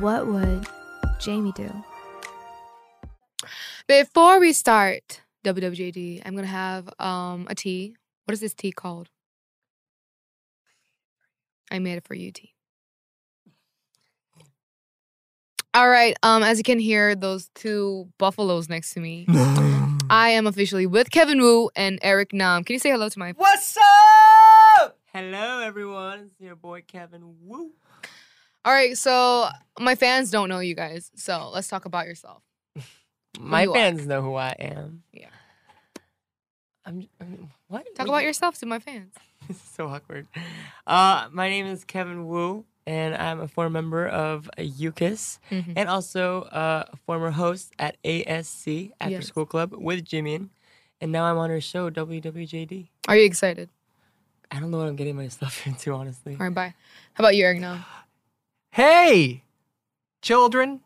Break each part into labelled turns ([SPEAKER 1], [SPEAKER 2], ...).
[SPEAKER 1] What would Jamie do?
[SPEAKER 2] Before we start WWJD, I'm gonna have um a tea. What is this tea called? I made it for you tea. All right. Um, as you can hear, those two buffaloes next to me.
[SPEAKER 3] Hmm.
[SPEAKER 2] I am officially with Kevin Wu and Eric Nam. Can you say hello to my?
[SPEAKER 3] What's up? Hello, everyone. It's your boy Kevin Woo.
[SPEAKER 2] All right. So my fans don't know you guys. So let's talk about yourself.
[SPEAKER 3] My
[SPEAKER 2] you are.
[SPEAKER 3] fans know who I am.
[SPEAKER 2] Yeah.
[SPEAKER 3] I'm. I'm- what?
[SPEAKER 2] Talk
[SPEAKER 3] What
[SPEAKER 2] about
[SPEAKER 3] you-
[SPEAKER 2] yourself to my fans.
[SPEAKER 3] This is so awkward. Uh, my name is Kevin Wu, and I'm a former member of UCAS
[SPEAKER 2] Mhm.
[SPEAKER 3] and also uh, a former host at ASC After
[SPEAKER 2] Yes.
[SPEAKER 3] School Club with Jimin. And now I'm on her show, WWJD.
[SPEAKER 2] Are you excited?
[SPEAKER 3] I don't know what I'm getting myself into, honestly.
[SPEAKER 2] All right. Bye. How about you, Eric Nam?
[SPEAKER 4] Hey, children.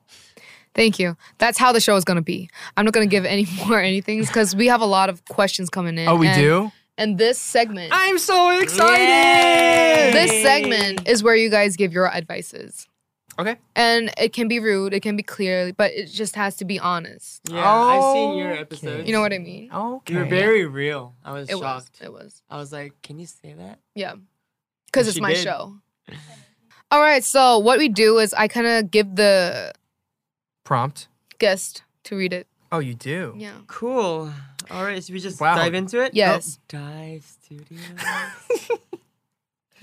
[SPEAKER 2] Thank you. That's how the show is going to be. I'm not going to give any more anything because we have a lot of questions coming in.
[SPEAKER 4] Oh, we
[SPEAKER 2] and,
[SPEAKER 4] do?
[SPEAKER 2] And this segment,
[SPEAKER 4] I'm so excited.
[SPEAKER 2] this segment is where you guys give your advices.
[SPEAKER 4] Okay.
[SPEAKER 2] And it can be rude, it can be clear, but it just has to be honest.
[SPEAKER 3] Yeah, I've seen your
[SPEAKER 4] Okay.
[SPEAKER 3] episodes.
[SPEAKER 2] You know what I mean?
[SPEAKER 4] Okay.
[SPEAKER 3] You were very real. I was
[SPEAKER 2] It was.
[SPEAKER 3] shocked.
[SPEAKER 2] It was.
[SPEAKER 3] I was like, can you say that?
[SPEAKER 2] Yeah. Because it's
[SPEAKER 3] She
[SPEAKER 2] my
[SPEAKER 3] did.
[SPEAKER 2] show. All right. So, what we do is I kind of give the
[SPEAKER 4] prompt.
[SPEAKER 2] guest to read it.
[SPEAKER 4] Oh, you do.
[SPEAKER 2] Yeah.
[SPEAKER 3] Cool. All right, should we just
[SPEAKER 4] Wow.
[SPEAKER 3] dive into it?
[SPEAKER 2] Yes.
[SPEAKER 3] Oh, dive studio.
[SPEAKER 2] All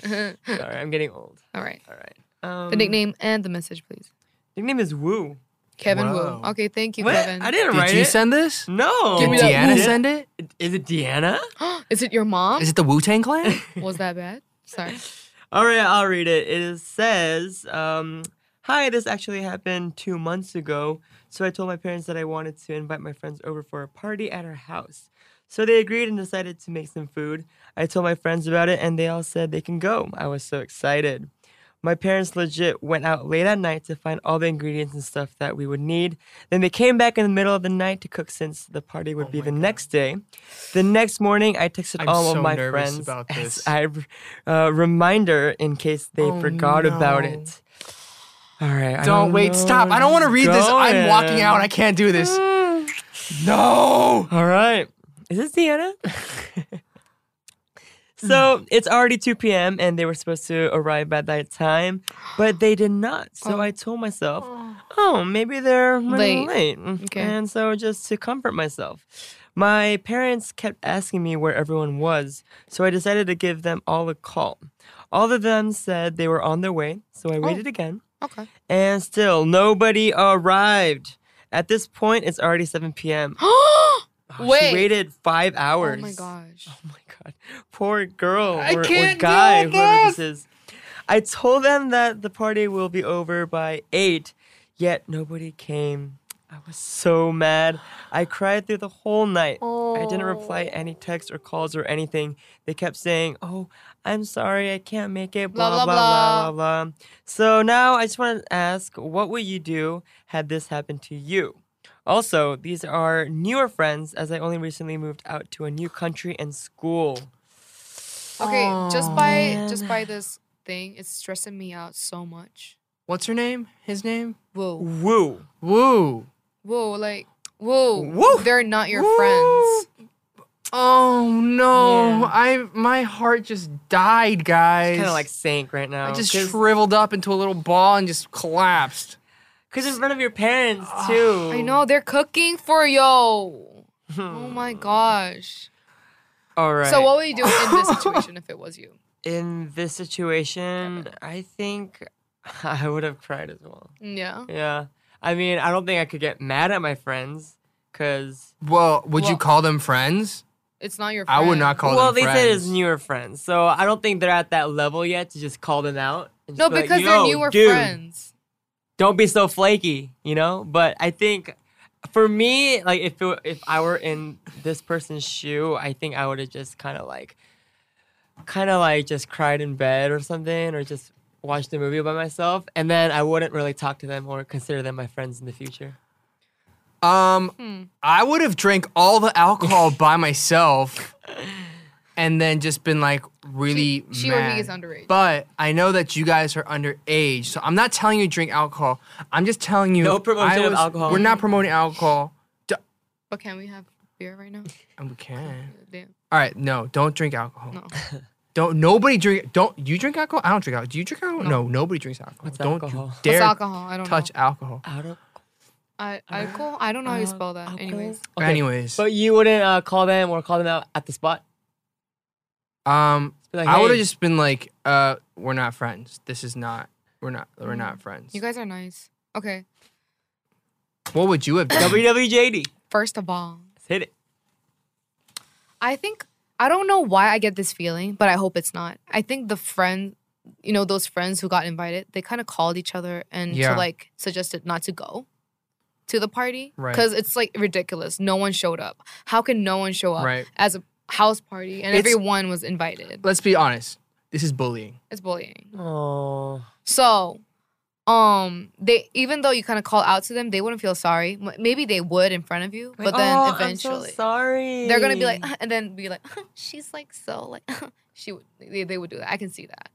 [SPEAKER 3] Sorry, I'm getting old.
[SPEAKER 2] right.
[SPEAKER 3] All right. Um,
[SPEAKER 2] The nickname and the message, please.
[SPEAKER 3] Nickname is Woo.
[SPEAKER 2] Kevin
[SPEAKER 4] Whoa.
[SPEAKER 2] Wu. Okay, thank you,
[SPEAKER 3] What?
[SPEAKER 2] Kevin.
[SPEAKER 3] I didn't write
[SPEAKER 4] Did you
[SPEAKER 3] it.
[SPEAKER 4] send this?
[SPEAKER 3] no.
[SPEAKER 2] Give
[SPEAKER 4] Did
[SPEAKER 2] me that
[SPEAKER 4] Deanna
[SPEAKER 2] woo.
[SPEAKER 4] send it?
[SPEAKER 3] Is it Deanna?
[SPEAKER 2] Is it your mom?
[SPEAKER 4] Is it the Wu Tang Clan?
[SPEAKER 2] Was that bad? Sorry.
[SPEAKER 3] All right, I'll read it. It is- says, um, "Hi, this actually happened two months ago. So I told my parents that I wanted to invite my friends over for a party at our house. So they agreed and decided to make some food. I told my friends about it, and they all said they can go. I was so excited. My parents legit went out late at night to find all the ingredients and stuff that we would need. Then they came back in the middle of the night to cook since the party would be the next day. The next morning, I texted
[SPEAKER 4] Oh I'm
[SPEAKER 3] all
[SPEAKER 4] so
[SPEAKER 3] of my
[SPEAKER 4] nervous
[SPEAKER 3] friends
[SPEAKER 4] about
[SPEAKER 3] as
[SPEAKER 4] this.
[SPEAKER 3] I uh, reminder in case they
[SPEAKER 4] Oh,
[SPEAKER 3] forgot about
[SPEAKER 4] no.
[SPEAKER 3] it. All right. I
[SPEAKER 4] don't wait.
[SPEAKER 3] know
[SPEAKER 4] Stop.
[SPEAKER 3] where
[SPEAKER 4] I don't want to read this. I'm walking out. I
[SPEAKER 3] going.
[SPEAKER 4] can't do this. No.
[SPEAKER 3] All right. Is this Deanna? so it's already 2 p.m. and they were supposed to arrive by that time, but they did not. So
[SPEAKER 2] Oh.
[SPEAKER 3] I told myself, oh, maybe they're running late. Mm.
[SPEAKER 2] Okay.
[SPEAKER 3] And so just to comfort myself, my parents kept asking me where everyone was, so I decided to give them all a call. All of them said they were on their way, so I waited again.
[SPEAKER 2] Okay.
[SPEAKER 3] And still, nobody arrived. At this point, it's already 7 p.m. Oh,
[SPEAKER 2] Wait.
[SPEAKER 3] She waited five
[SPEAKER 2] oh
[SPEAKER 3] hours.
[SPEAKER 2] my gosh.
[SPEAKER 3] Oh my god. Poor girl.
[SPEAKER 4] I
[SPEAKER 3] or, or
[SPEAKER 4] can't deal
[SPEAKER 3] guy,
[SPEAKER 4] with
[SPEAKER 3] whoever this is. I told them that the party will be over by eight, yet nobody came. I was so mad. I cried through the whole night. I didn't reply any texts or calls or anything. They kept saying, Oh, I'm sorry, I can't make it, blah, blah, blah, blah, blah. blah. So now I just want to ask what would you do had this happened to you? Also, these are newer friends as I only recently moved out to a new country and school.
[SPEAKER 2] Okay, just
[SPEAKER 4] Aw.
[SPEAKER 2] by just by this thing, it's stressing me out so much.
[SPEAKER 4] What's her name? His name?
[SPEAKER 2] Whoa.
[SPEAKER 3] Woo.
[SPEAKER 4] Woo.
[SPEAKER 2] Whoa, like whoa.
[SPEAKER 3] Woo.
[SPEAKER 2] They're not your
[SPEAKER 4] Woo.
[SPEAKER 2] friends.
[SPEAKER 4] Oh no.
[SPEAKER 3] Yeah.
[SPEAKER 4] I my heart just died, guys.
[SPEAKER 3] It's kind of like sank right now.
[SPEAKER 4] I just shriveled up into a little ball and just collapsed.
[SPEAKER 3] Because in front of your parents, too.
[SPEAKER 2] I know they're cooking for yo. Oh my gosh.
[SPEAKER 3] All right.
[SPEAKER 2] So what would you do in this situation if it was you?
[SPEAKER 3] in this situation, I think I would have cried as well.
[SPEAKER 2] Yeah.
[SPEAKER 3] Yeah. I mean, I don't think I could get mad at my friends because
[SPEAKER 4] Well, would
[SPEAKER 2] Well-
[SPEAKER 4] you call them friends?
[SPEAKER 2] It's not your
[SPEAKER 4] I
[SPEAKER 2] friend.
[SPEAKER 4] would not call
[SPEAKER 3] well,
[SPEAKER 4] them
[SPEAKER 3] they
[SPEAKER 4] friends.
[SPEAKER 3] said it's newer friends, so I don't think they're at that level yet to just call them out. and
[SPEAKER 2] No,
[SPEAKER 3] just be like,
[SPEAKER 2] because they're
[SPEAKER 3] "Yo,
[SPEAKER 2] newer
[SPEAKER 3] dude,
[SPEAKER 2] friends.
[SPEAKER 3] Don't be so flaky, you know. But I think for me, like if it, if I were in this person's shoe, I think I would have just kind of like, kind of like just cried in bed or something, or just watched a movie by myself, and then I wouldn't really talk to them or consider them my friends in the future.
[SPEAKER 2] Hmm.
[SPEAKER 4] Um, I would have drank all the alcohol by myself, and then just been like really
[SPEAKER 2] She or
[SPEAKER 4] mad.
[SPEAKER 2] he is underage.
[SPEAKER 4] But I know that you guys are underage, so I'm not telling you to drink alcohol. I'm just telling you
[SPEAKER 3] No promotion
[SPEAKER 4] I
[SPEAKER 3] of alcohol.
[SPEAKER 4] We're not promoting alcohol.
[SPEAKER 2] but can we have beer right now? Uh,
[SPEAKER 4] And we can.
[SPEAKER 2] Damn.
[SPEAKER 4] All right, no, don't drink alcohol.
[SPEAKER 2] No.
[SPEAKER 4] Don't nobody drink. Don't you drink alcohol? I don't drink alcohol. Do you drink alcohol?
[SPEAKER 2] No.
[SPEAKER 4] No, nobody drinks alcohol.
[SPEAKER 3] What's
[SPEAKER 4] don't
[SPEAKER 3] alcohol?
[SPEAKER 4] you
[SPEAKER 3] What's
[SPEAKER 4] dare
[SPEAKER 2] What's alcohol? I don't
[SPEAKER 4] touch
[SPEAKER 2] know.
[SPEAKER 4] alcohol.
[SPEAKER 3] Out of
[SPEAKER 2] I, alcohol? I don't know how you spell that. Anyways.
[SPEAKER 4] Anyways,
[SPEAKER 3] But you wouldn't uh, call them or call them out at the spot?
[SPEAKER 4] um,
[SPEAKER 3] Be like,
[SPEAKER 4] I would have
[SPEAKER 3] "Hey."
[SPEAKER 4] just been like, uh, we're not friends. This is not. We're not. We're not friends.
[SPEAKER 2] You guys are nice. Okay.
[SPEAKER 4] what would you have done?
[SPEAKER 3] WWJD.
[SPEAKER 2] First of all,
[SPEAKER 3] Let's hit it.
[SPEAKER 2] I think I don't know why I get this feeling, but I hope it's not. I think the friend, you know, those friends who got invited, they kind of called each other and
[SPEAKER 4] Yeah.
[SPEAKER 2] to like suggested not to go to the party
[SPEAKER 4] Right.
[SPEAKER 2] because it's like ridiculous. No one showed up. How can no one show up
[SPEAKER 4] Right.
[SPEAKER 2] as a house party and
[SPEAKER 4] It's-
[SPEAKER 2] everyone was invited?
[SPEAKER 4] Let's be honest. This is bullying.
[SPEAKER 2] It's bullying.
[SPEAKER 3] Oh.
[SPEAKER 2] So, um, they even though you kind of call out to them, they wouldn't feel sorry. M- Maybe they would in front of you, but then eventually
[SPEAKER 3] "Oh, I'm so sorry.
[SPEAKER 2] they're gonna be like, and then be like, she's like so like she would they, they would do that. I can see that.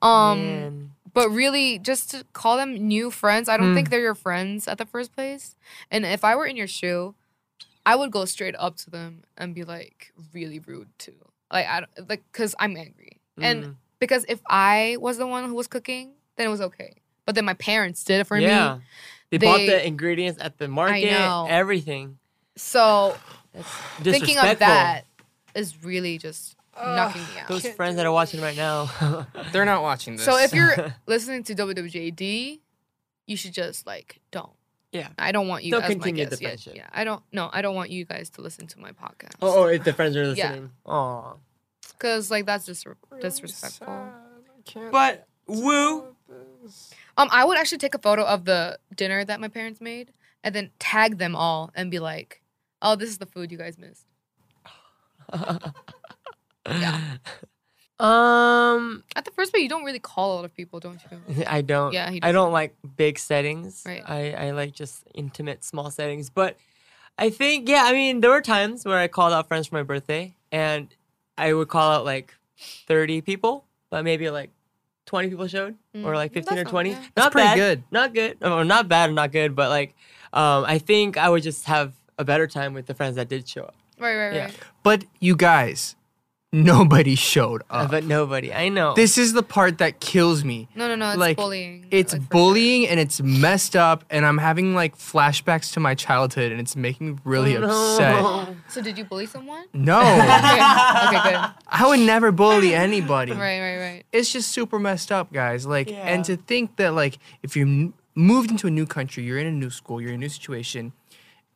[SPEAKER 2] Um,
[SPEAKER 3] Man.
[SPEAKER 2] but really, just to call them new friends, I don't
[SPEAKER 3] Mm.
[SPEAKER 2] think they're your friends at the first place. And if I were in your shoe, I would go straight up to them and be like really rude too. Like I don't, like because I'm angry and
[SPEAKER 3] Mm.
[SPEAKER 2] because if I was the one who was cooking, then it was okay. But then my parents did it for
[SPEAKER 3] yeah.
[SPEAKER 2] me,
[SPEAKER 3] They, bought
[SPEAKER 2] they-
[SPEAKER 3] the ingredients at the market,
[SPEAKER 2] know.
[SPEAKER 3] everything.
[SPEAKER 2] so
[SPEAKER 3] That's
[SPEAKER 2] thinking
[SPEAKER 3] disrespectful.
[SPEAKER 2] of that is really just knocking me out.
[SPEAKER 3] Those friends that are watching right now.
[SPEAKER 4] They're not watching this.
[SPEAKER 2] So if you're listening to WWJD, you should just like don't.
[SPEAKER 3] Yeah.
[SPEAKER 2] I don't want you.
[SPEAKER 3] Don't
[SPEAKER 2] as
[SPEAKER 3] continue
[SPEAKER 2] my
[SPEAKER 3] the
[SPEAKER 2] guest. Yeah,
[SPEAKER 3] friendship.
[SPEAKER 2] Yeah, I don't. No, I don't want you guys to listen to my podcast.
[SPEAKER 3] oh, oh, if the friends are
[SPEAKER 2] Yeah.
[SPEAKER 3] listening. Oh.
[SPEAKER 2] because like that's just disrespectful.
[SPEAKER 3] But woo.
[SPEAKER 2] Um, I would actually take a photo of the dinner that my parents made and then tag them all and be like, "Oh, this is the food you guys missed."
[SPEAKER 3] Um,
[SPEAKER 2] At the first place, you don't really call a lot of people, don't you?
[SPEAKER 3] I don't.
[SPEAKER 2] Yeah, he
[SPEAKER 3] I don't like big settings.
[SPEAKER 2] Right.
[SPEAKER 3] I I like just intimate, small settings. But I think yeah. I mean, there were times where I called out friends for my birthday, and I would call out like thirty people, but maybe like twenty people showed, or
[SPEAKER 2] Mm,
[SPEAKER 3] like fifteen or
[SPEAKER 2] that's not
[SPEAKER 3] twenty.
[SPEAKER 2] bad.
[SPEAKER 3] Not
[SPEAKER 4] That's pretty
[SPEAKER 3] bad.
[SPEAKER 4] good.
[SPEAKER 3] Not good. Or not bad. Or not good. But like, um, I think I would just have a better time with the friends that did show up.
[SPEAKER 2] Right, right,
[SPEAKER 3] Yeah.
[SPEAKER 2] right.
[SPEAKER 4] but you guys, nobody showed up.
[SPEAKER 3] but nobody. I know.
[SPEAKER 4] Ah. this is the part that kills me.
[SPEAKER 2] No, no, no. It's
[SPEAKER 4] Like,
[SPEAKER 2] bullying.
[SPEAKER 4] It's
[SPEAKER 2] like, for sure.
[SPEAKER 4] bullying and it's messed up, and I'm having like flashbacks to my childhood, and it's making me really upset.
[SPEAKER 3] No.
[SPEAKER 2] So did you bully someone?
[SPEAKER 4] No,
[SPEAKER 2] Okay. okay, good.
[SPEAKER 4] I would never bully anybody.
[SPEAKER 2] Right, right, right.
[SPEAKER 4] It's just super messed up, guys. Like,
[SPEAKER 3] Yeah.
[SPEAKER 4] and to think that like if you m- moved into a new country, you're in a new school, you're in a new situation,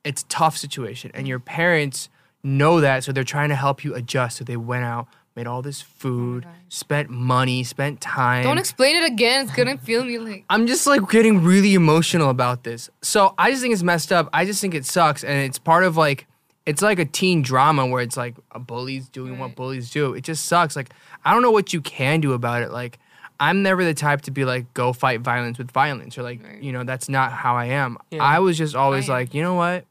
[SPEAKER 4] it's a tough situation, and your parents know that, so they're trying to help you adjust. So they went out, made all this food,
[SPEAKER 2] gosh.
[SPEAKER 4] spent money, spent time.
[SPEAKER 2] Don't explain it again. It's gonna feel me like.
[SPEAKER 4] I'm just like getting really emotional about this. So I just think it's messed up. I just think it sucks, and it's part of like it's like a teen drama where it's like a bully's doing what
[SPEAKER 2] Right.
[SPEAKER 4] bullies do. It just sucks. Like I don't know what you can do about it. Like I'm never the type to be like go fight violence with violence or like
[SPEAKER 2] Right.
[SPEAKER 4] you know that's not how I am.
[SPEAKER 3] Yeah.
[SPEAKER 4] I was just always
[SPEAKER 2] I am.
[SPEAKER 4] like you know what.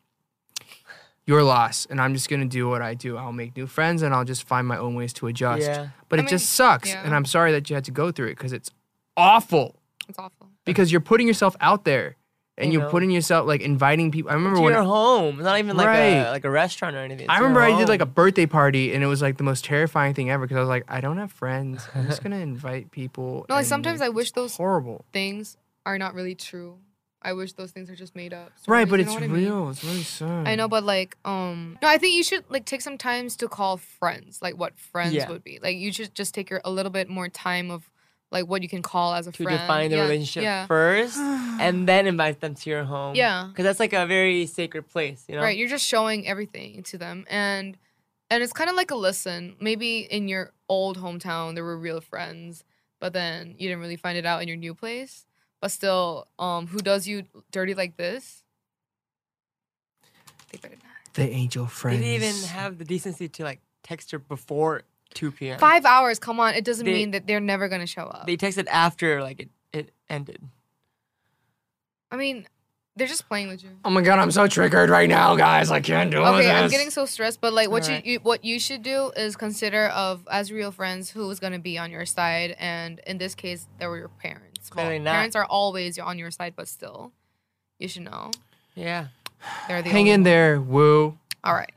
[SPEAKER 4] Your loss, and I'm just gonna do what I do. I'll make new friends, and I'll just find my own ways to adjust.
[SPEAKER 3] Yeah.
[SPEAKER 4] But
[SPEAKER 2] I
[SPEAKER 4] it just
[SPEAKER 2] mean,
[SPEAKER 4] sucks,
[SPEAKER 2] yeah.
[SPEAKER 4] and I'm sorry that you had to go through it because it's awful
[SPEAKER 2] It's awful.
[SPEAKER 4] because you're putting yourself out there and
[SPEAKER 3] I
[SPEAKER 4] you're
[SPEAKER 3] know.
[SPEAKER 4] putting yourself like inviting people. I remember
[SPEAKER 3] to
[SPEAKER 4] when
[SPEAKER 3] your home. Not even like
[SPEAKER 4] Right.
[SPEAKER 3] a like a restaurant or anything.
[SPEAKER 4] I
[SPEAKER 3] It's your
[SPEAKER 4] remember I did like a
[SPEAKER 3] home.
[SPEAKER 4] birthday party and it was like the most terrifying thing ever because I was like, I don't have friends. I'm just gonna invite people.
[SPEAKER 2] No, like
[SPEAKER 4] and,
[SPEAKER 2] sometimes I wish
[SPEAKER 4] it's
[SPEAKER 2] those
[SPEAKER 4] horrible.
[SPEAKER 2] things are not really true. I wish those things are just made up. sort
[SPEAKER 4] Right,
[SPEAKER 2] of,
[SPEAKER 4] but
[SPEAKER 2] you
[SPEAKER 4] it's
[SPEAKER 2] know what I mean?
[SPEAKER 4] real. It's really sad.
[SPEAKER 2] I know, but like, um, no, I think you should like take some times to call friends, like what friends
[SPEAKER 3] Yeah.
[SPEAKER 2] would be. Like you should just take your a little bit more time of like what you can call as a
[SPEAKER 3] to
[SPEAKER 2] friend.
[SPEAKER 3] define the
[SPEAKER 2] Yeah,
[SPEAKER 3] relationship
[SPEAKER 2] Yeah,
[SPEAKER 3] first, and then invite them to your home.
[SPEAKER 2] Yeah.
[SPEAKER 3] because that's like a very sacred place. You know.
[SPEAKER 2] right. You're just showing everything to them, and and it's kind of like a listen. Maybe in your old hometown there were real friends, but then you didn't really find it out in your new place. But still, um, who does you dirty like this? They better not.
[SPEAKER 4] the angel
[SPEAKER 3] They
[SPEAKER 4] friends.
[SPEAKER 3] didn't even have the decency to like text her before 2 p.m.
[SPEAKER 2] Five hours, come on. It doesn't
[SPEAKER 3] They-
[SPEAKER 2] mean that they're never gonna show up.
[SPEAKER 3] They texted after like it, it ended.
[SPEAKER 2] I mean, They're just playing with you.
[SPEAKER 4] Oh my god, I'm so triggered right now, guys. I can't do
[SPEAKER 2] Okay,
[SPEAKER 4] this.
[SPEAKER 2] I'm getting so stressed, but like what you,
[SPEAKER 3] Alright.
[SPEAKER 2] you what you should do is consider of as real friends who is gonna be on your side, and in this case, there were your parents. Well,
[SPEAKER 3] Clearly not.
[SPEAKER 2] Parents are always on your side, but still, you should know
[SPEAKER 3] Yeah.
[SPEAKER 2] they're the
[SPEAKER 4] Hang
[SPEAKER 2] only
[SPEAKER 4] in
[SPEAKER 2] one.
[SPEAKER 4] there, woo.
[SPEAKER 2] All right,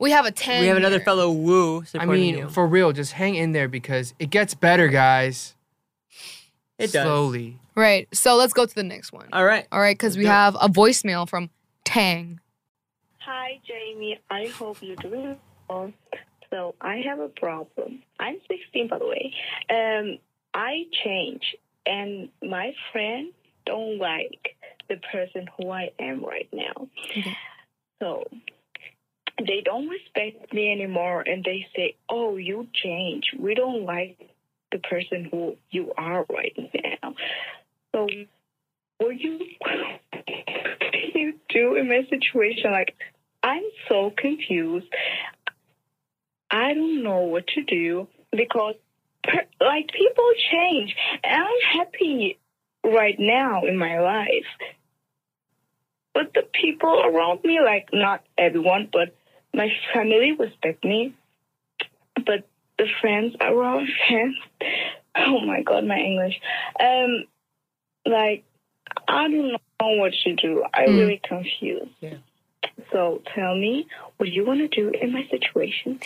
[SPEAKER 2] we have a ten.
[SPEAKER 3] we have another
[SPEAKER 2] here.
[SPEAKER 3] fellow woo
[SPEAKER 4] I
[SPEAKER 3] supporting
[SPEAKER 4] mean,
[SPEAKER 3] you.
[SPEAKER 4] for real, just hang in there because it gets better, guys.
[SPEAKER 3] it does.
[SPEAKER 4] Slowly.
[SPEAKER 2] Right, so let's go to the next one.
[SPEAKER 3] All right.
[SPEAKER 2] All right, because we
[SPEAKER 3] do it.
[SPEAKER 2] have a voicemail from Tang.
[SPEAKER 5] Hi, Jamie. I hope you're doing well. So I have a problem. I'm 16, by the way. Um, I change, and my friend don't like the person who I am right now.
[SPEAKER 2] Okay.
[SPEAKER 5] So they don't respect me anymore, and they say, "Oh, you change. We don't like the person who you are right now." So what you you do in my situation? Like, I'm so confused. I don't know what to do because, per- like, people change, and I'm happy right now in my life. But the people around me, like, not everyone, but my family respect me. But the friends around, friends, oh my god, my English. Um, like, I don't know what to do. I'm
[SPEAKER 2] Mm.
[SPEAKER 5] really confused. So tell me what you want to do in my situation,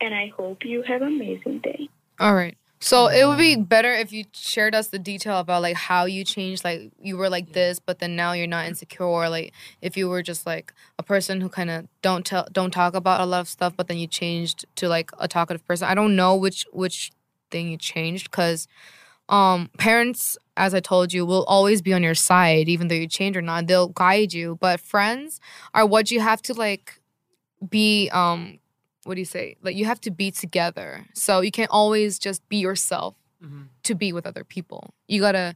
[SPEAKER 5] and I hope you have an amazing day.
[SPEAKER 2] All right. So it would be better if you shared us the detail about like how you changed, like you were like this, but then now you're not insecure. Or, like if you were just like a person who kind of don't tell, don't talk about a lot of stuff, but then you changed to like a talkative person. I don't know which which thing you changed because um, parents, as I told you, will always be on your side, even though you change or not. They'll guide you, but friends are what you have to like be um what do you say? Like you have to be together. So you can't always just be yourself
[SPEAKER 3] Mhm.
[SPEAKER 2] to be with other people. You gotta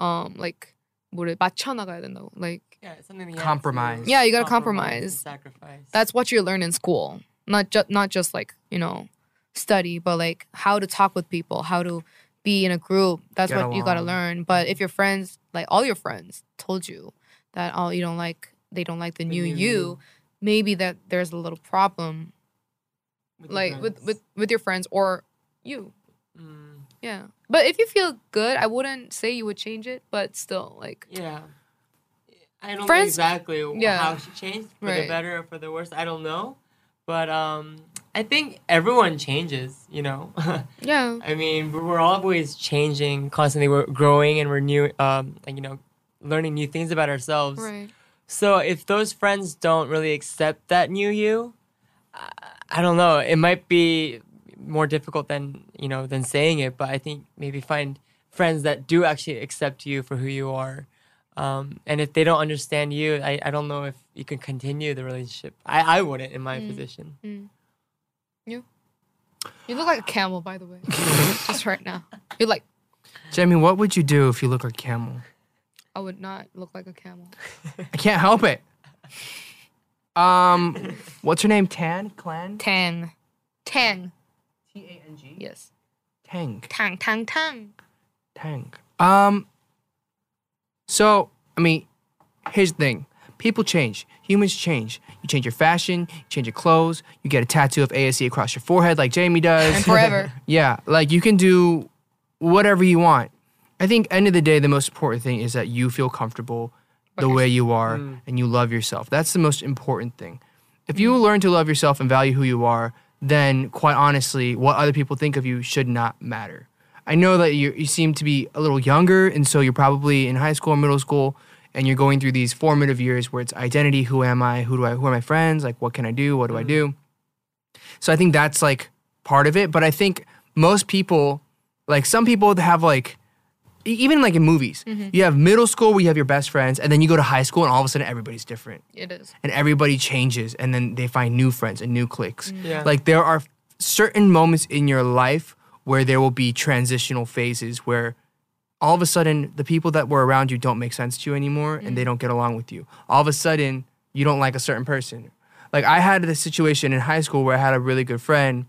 [SPEAKER 2] um like 뭐래 맞춰나가야 된다고. Like
[SPEAKER 3] Yeah, it's something that you have to
[SPEAKER 4] Compromise.
[SPEAKER 2] Yeah, you gotta
[SPEAKER 3] and
[SPEAKER 2] compromise.
[SPEAKER 3] Sacrifice.
[SPEAKER 2] that's what you learn in school. Not just not just like you know study, but like how to talk with people, how to be in a group. That's
[SPEAKER 4] Get
[SPEAKER 2] what you gotta
[SPEAKER 4] along.
[SPEAKER 2] learn. But if your friends, like all your friends, told you that oh you don't like they don't like the, new,
[SPEAKER 3] new
[SPEAKER 2] you,
[SPEAKER 3] you.
[SPEAKER 2] maybe that there's a little problem
[SPEAKER 3] With
[SPEAKER 2] like
[SPEAKER 3] your
[SPEAKER 2] with
[SPEAKER 3] friends.
[SPEAKER 2] with with your friends or you.
[SPEAKER 3] Mm,
[SPEAKER 2] Yeah. But if you feel good, I wouldn't say you would change it, but still, like,
[SPEAKER 3] yeah. I don't
[SPEAKER 2] Friends-
[SPEAKER 3] know exactly
[SPEAKER 2] yeah.
[SPEAKER 3] how she changed for the
[SPEAKER 2] Right.
[SPEAKER 3] better or for the worse. I don't know, but um, I think everyone changes. You know,
[SPEAKER 2] yeah.
[SPEAKER 3] I mean, we're we're always changing constantly. We're growing and we're new, um, like, you know, learning new things about ourselves.
[SPEAKER 2] Right.
[SPEAKER 3] So if those friends don't really accept that new you, I, I don't know. It might be more difficult than you know than saying it, but I think maybe find friends that do actually accept you for who you are. Um, and if they don't understand you, I, I don't know if you can continue the relationship. I, I wouldn't in my
[SPEAKER 2] Mm.
[SPEAKER 3] position.
[SPEAKER 2] You look like a camel, by the way. Just right now. You're like,
[SPEAKER 4] Jamie, what would you do if you look like a camel?
[SPEAKER 2] I would not look like a camel.
[SPEAKER 4] I can't help it. Um, what's her name? Tan? Clan?
[SPEAKER 2] Tang. Tang.
[SPEAKER 4] T-A-N-G?
[SPEAKER 2] Yes.
[SPEAKER 4] Tang.
[SPEAKER 2] Tang, tang, tang.
[SPEAKER 4] Tang. Um. So I mean, here's the thing: people change. Humans change. You change your fashion. You change your clothes. You get a tattoo of ASC across your forehead, like Jamie does.
[SPEAKER 2] And forever.
[SPEAKER 4] yeah, like you can do whatever you want. I think end of the day, the most important thing is that you feel comfortable the way you are and you love yourself. That's the most important thing. If you learn to love yourself and value who you are, then quite honestly, what other people think of you should not matter. I know that you, you seem to be a little younger, and so you're probably in high school or middle school, and you're going through these formative years where it's identity: who am I? Who do I? Who are my friends? Like, what can I do? What do I do? So I think that's like part of it. But I think most people, like some people that have like, e- even like in movies, you have middle school where you have your best friends, and then you go to high school, and all of a sudden everybody's different,
[SPEAKER 2] It is.
[SPEAKER 4] and everybody changes, and then they find new friends and new cliques.
[SPEAKER 3] Yeah.
[SPEAKER 4] Like there are certain moments in your life where there will be transitional phases where all of a sudden the people that were around you don't make sense to you anymore and they don't get along with you. All of a sudden you don't like a certain person. Like I had this situation in high school where I had a really good friend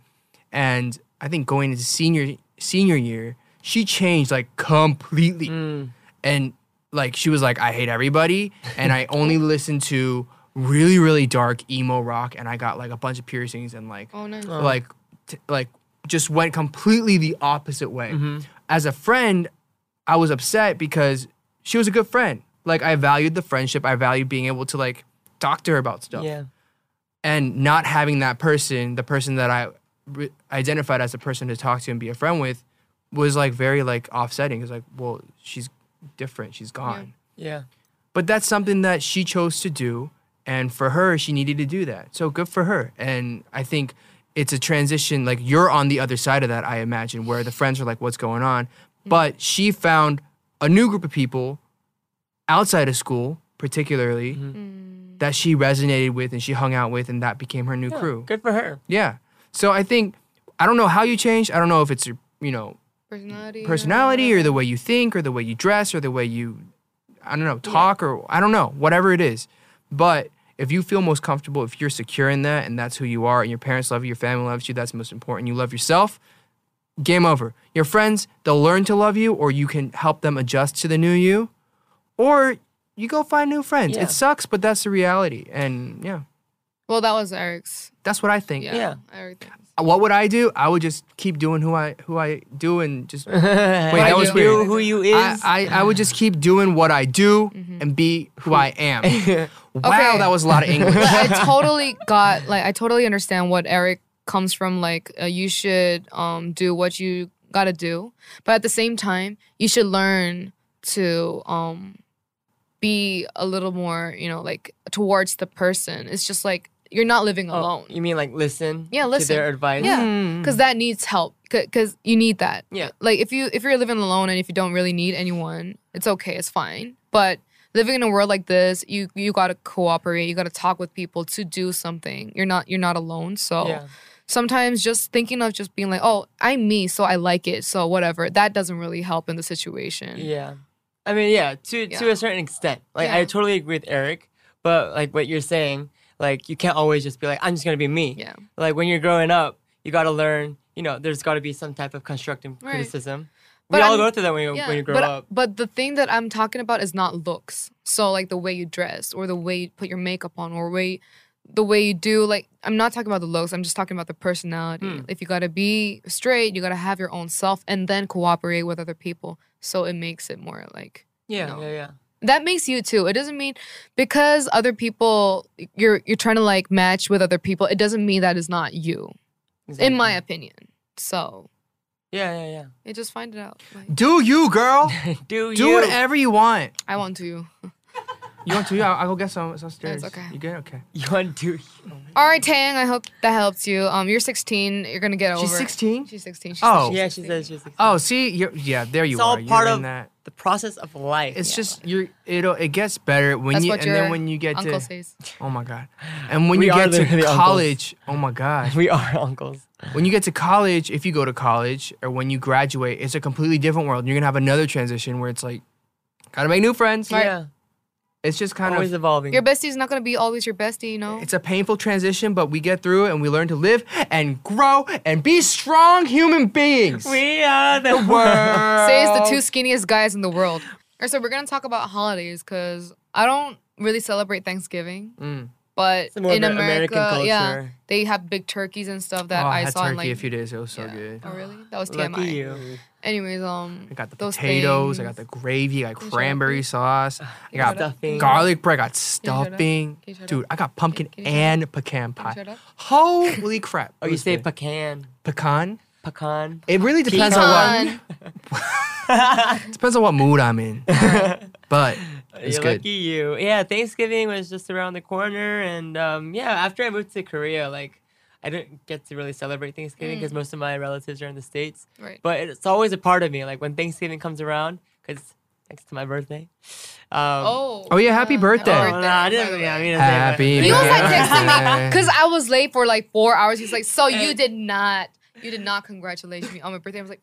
[SPEAKER 4] and I think going into senior senior year, she changed like completely. And like she was like I hate everybody and I only listened to really really dark emo rock and I got like a bunch of piercings and like
[SPEAKER 2] Oh, nice.
[SPEAKER 3] Oh.
[SPEAKER 4] like t- like just went completely the opposite way.
[SPEAKER 3] Mhm.
[SPEAKER 4] As a friend, I was upset because she was a good friend. Like I valued the friendship. I valued being able to like talk to her about stuff
[SPEAKER 3] Yeah.
[SPEAKER 4] and not having that person, the person that I re- identified as a person to talk to and be a friend with, was like very like offsetting. It's like, well, she's different. She's gone.
[SPEAKER 3] Yeah.
[SPEAKER 4] But that's something that she chose to do, and for her, she needed to do that. So good for her. And I think it's a transition. Like you're on the other side of that, I imagine, where the friends are like, "What's going
[SPEAKER 3] Mm.
[SPEAKER 4] on?" But she found a new group of people outside of school, particularly.
[SPEAKER 3] Mm-hmm.
[SPEAKER 4] That she resonated with and she hung out with, and that became her new
[SPEAKER 3] Yeah,
[SPEAKER 4] crew.
[SPEAKER 3] Good for her.
[SPEAKER 4] Yeah. So I think I don't know how you change. I don't know if it's your, you know,
[SPEAKER 2] Personality.
[SPEAKER 4] personality or the way you think or the way you dress or the way you I don't know, talk or I don't know, whatever it is. But if you feel most comfortable, if you're secure in that and that's who you are and your parents love you, your family loves you, that's most important. You love yourself, game over. Your friends, they'll learn to love you or you can help them adjust to the new you or you go find new friends.
[SPEAKER 3] Yeah.
[SPEAKER 4] It sucks, but that's the reality. And yeah,
[SPEAKER 2] Well, that was Eric's.
[SPEAKER 4] that's what I think.
[SPEAKER 2] Yeah.
[SPEAKER 3] Yeah.
[SPEAKER 2] Eric thinks.
[SPEAKER 4] What would I do? I would just keep doing who I who I do and just
[SPEAKER 3] Wait,
[SPEAKER 4] that was
[SPEAKER 3] you
[SPEAKER 4] weird.
[SPEAKER 3] who you
[SPEAKER 4] I,
[SPEAKER 3] is.
[SPEAKER 4] I, I would just keep doing what I do and be who I am. Wow,
[SPEAKER 2] Okay.
[SPEAKER 4] that was a lot of English.
[SPEAKER 2] But I totally got like I totally understand what Eric comes from. Like uh, you should um do what you gotta do, but at the same time you should learn to um be a little more you know like towards the person. It's just like you're not living
[SPEAKER 3] Oh,
[SPEAKER 2] alone.
[SPEAKER 3] You mean like listen?
[SPEAKER 2] Yeah,
[SPEAKER 3] to
[SPEAKER 2] listen.
[SPEAKER 3] their advice.
[SPEAKER 2] Yeah. because that needs help because you need that
[SPEAKER 3] Mm. Yeah.
[SPEAKER 2] like if you if you're living alone and if you don't really need anyone it's okay it's fine but living in a world like this you you gotta cooperate you gotta talk with people to do something you're not you're not alone so
[SPEAKER 3] Yeah.
[SPEAKER 2] sometimes just thinking of just being like oh i'm me so i like it so whatever that doesn't really help in the situation
[SPEAKER 3] Yeah. I mean, yeah, to to
[SPEAKER 2] Yeah.
[SPEAKER 3] a certain extent. Like I
[SPEAKER 2] Yeah.
[SPEAKER 3] totally agree with Eric, but like what you're saying, like you can't always just be like I'm just going to be me.
[SPEAKER 2] Yeah.
[SPEAKER 3] Like when you're growing up, you got to learn, you know, there's got to be some type of constructive
[SPEAKER 2] Right.
[SPEAKER 3] criticism.
[SPEAKER 2] But
[SPEAKER 3] we all
[SPEAKER 2] I'm-
[SPEAKER 3] go through that when you,
[SPEAKER 2] Yeah,
[SPEAKER 3] when you grow
[SPEAKER 2] but,
[SPEAKER 3] up.
[SPEAKER 2] But the thing that I'm talking about is not looks. So like the way you dress or the way you put your makeup on or way the way you do like I'm not talking about the looks, I'm just talking about the personality.
[SPEAKER 3] Hmm.
[SPEAKER 2] If you got to be straight, you got to have your own self and then cooperate with other people. So it makes it more like
[SPEAKER 3] Yeah,
[SPEAKER 2] know.
[SPEAKER 3] yeah, yeah.
[SPEAKER 2] that makes you too. It doesn't mean because other people you're you're trying to like match with other people, it doesn't mean that is not you in my
[SPEAKER 3] Exactly.
[SPEAKER 2] opinion. So,
[SPEAKER 3] Yeah, yeah,
[SPEAKER 2] you just find it out. Like,
[SPEAKER 4] Do you, girl?
[SPEAKER 3] yeah. Do,
[SPEAKER 4] Do
[SPEAKER 3] you?
[SPEAKER 4] whatever you want.
[SPEAKER 2] I want to.
[SPEAKER 4] You want to? I'll, I'll go get some. It's upstairs.
[SPEAKER 2] That's okay.
[SPEAKER 4] You good? Okay.
[SPEAKER 3] You want to?
[SPEAKER 2] All right, Tang. I hope that helps you. Um, you're 16. You're gonna get over.
[SPEAKER 4] She's 16.
[SPEAKER 2] She's 16. She
[SPEAKER 4] Oh.
[SPEAKER 2] said
[SPEAKER 3] Yeah,
[SPEAKER 2] she's
[SPEAKER 3] she
[SPEAKER 2] 16.
[SPEAKER 3] says she's like,
[SPEAKER 4] Oh, see, you're, yeah, there you
[SPEAKER 3] It's
[SPEAKER 4] are.
[SPEAKER 3] all
[SPEAKER 4] You're
[SPEAKER 3] part
[SPEAKER 4] in
[SPEAKER 3] of-
[SPEAKER 4] that.
[SPEAKER 3] the process of life.
[SPEAKER 4] It's
[SPEAKER 2] Yeah.
[SPEAKER 4] just you're. It'll. It gets better when
[SPEAKER 2] That's
[SPEAKER 4] you.
[SPEAKER 2] what
[SPEAKER 4] and then
[SPEAKER 2] your
[SPEAKER 4] when you get
[SPEAKER 2] Uncle
[SPEAKER 4] to.
[SPEAKER 2] says.
[SPEAKER 4] Oh my god. And when
[SPEAKER 3] We
[SPEAKER 4] you
[SPEAKER 3] are
[SPEAKER 4] get to
[SPEAKER 3] literally uncles.
[SPEAKER 4] college. Oh my god.
[SPEAKER 3] we are uncles.
[SPEAKER 4] when you get to college, if you go to college or when you graduate, it's a completely different world. You're gonna have another transition where it's like, gotta make new friends.
[SPEAKER 3] Yeah,
[SPEAKER 4] It's just kind
[SPEAKER 3] always
[SPEAKER 4] of
[SPEAKER 3] evolving.
[SPEAKER 2] Your bestie's not gonna be always your bestie, you know.
[SPEAKER 4] it's a painful transition, but we get through it and we learn to live and grow and be strong human beings.
[SPEAKER 3] we are the world.
[SPEAKER 4] World.
[SPEAKER 2] Says the two skinniest guys in the world. Or so we're gonna talk about holidays because I don't really celebrate Thanksgiving,
[SPEAKER 4] Mm.
[SPEAKER 2] but
[SPEAKER 3] It's more of
[SPEAKER 2] in
[SPEAKER 3] an
[SPEAKER 2] America,
[SPEAKER 3] American
[SPEAKER 2] yeah,
[SPEAKER 3] culture.
[SPEAKER 2] they have big turkeys and stuff
[SPEAKER 4] Oh,
[SPEAKER 2] that
[SPEAKER 4] I,
[SPEAKER 2] I,
[SPEAKER 4] had
[SPEAKER 2] saw
[SPEAKER 4] turkey
[SPEAKER 2] in like.
[SPEAKER 4] a few days. It was so
[SPEAKER 2] yeah.
[SPEAKER 4] good.
[SPEAKER 2] Oh really? That was TMI.
[SPEAKER 3] Lucky you.
[SPEAKER 2] Anyways, um,
[SPEAKER 4] I got the
[SPEAKER 2] those
[SPEAKER 4] potatoes. I
[SPEAKER 2] things.
[SPEAKER 4] got the gravy. I got
[SPEAKER 2] Can you shut up,
[SPEAKER 4] cranberry
[SPEAKER 2] please?
[SPEAKER 4] sauce. I got
[SPEAKER 2] shut up?
[SPEAKER 3] Stuffing.
[SPEAKER 4] garlic bread. I got
[SPEAKER 2] you shut up?
[SPEAKER 4] stuffing.
[SPEAKER 2] Can you shut up?
[SPEAKER 4] Dude, I got pumpkin
[SPEAKER 2] Can you shut up?
[SPEAKER 4] and pecan
[SPEAKER 2] Can you
[SPEAKER 4] pie.
[SPEAKER 2] shut up?
[SPEAKER 4] Holy crap!
[SPEAKER 3] Oh,
[SPEAKER 4] It
[SPEAKER 3] you
[SPEAKER 4] was
[SPEAKER 3] say
[SPEAKER 4] good.
[SPEAKER 3] pecan.
[SPEAKER 4] pecan?
[SPEAKER 3] Pecan.
[SPEAKER 4] It really depends on
[SPEAKER 2] Pecan.
[SPEAKER 4] what depends on what mood I'm in. but it's
[SPEAKER 3] You're
[SPEAKER 4] good.
[SPEAKER 3] lucky you. Yeah, Thanksgiving was just around the corner, and um, yeah, after I moved to Korea, like I didn't get to really celebrate Thanksgiving because most of my relatives are in the states.
[SPEAKER 2] Right.
[SPEAKER 3] But it's always a part of me, like when Thanksgiving comes around, because next to my birthday. Um,
[SPEAKER 2] Oh.
[SPEAKER 4] Oh, yeah, happy birthday.
[SPEAKER 3] no,
[SPEAKER 2] happy birthday,
[SPEAKER 3] I
[SPEAKER 2] by
[SPEAKER 3] didn't.
[SPEAKER 2] the
[SPEAKER 3] Yeah, I
[SPEAKER 2] way.
[SPEAKER 3] mean,
[SPEAKER 4] Happy
[SPEAKER 2] He was like
[SPEAKER 4] birthday.
[SPEAKER 2] texting me
[SPEAKER 4] Yeah.
[SPEAKER 2] because I was late for like four hours. He's like, "So you did not, you did not congratulate me on my birthday." I was like,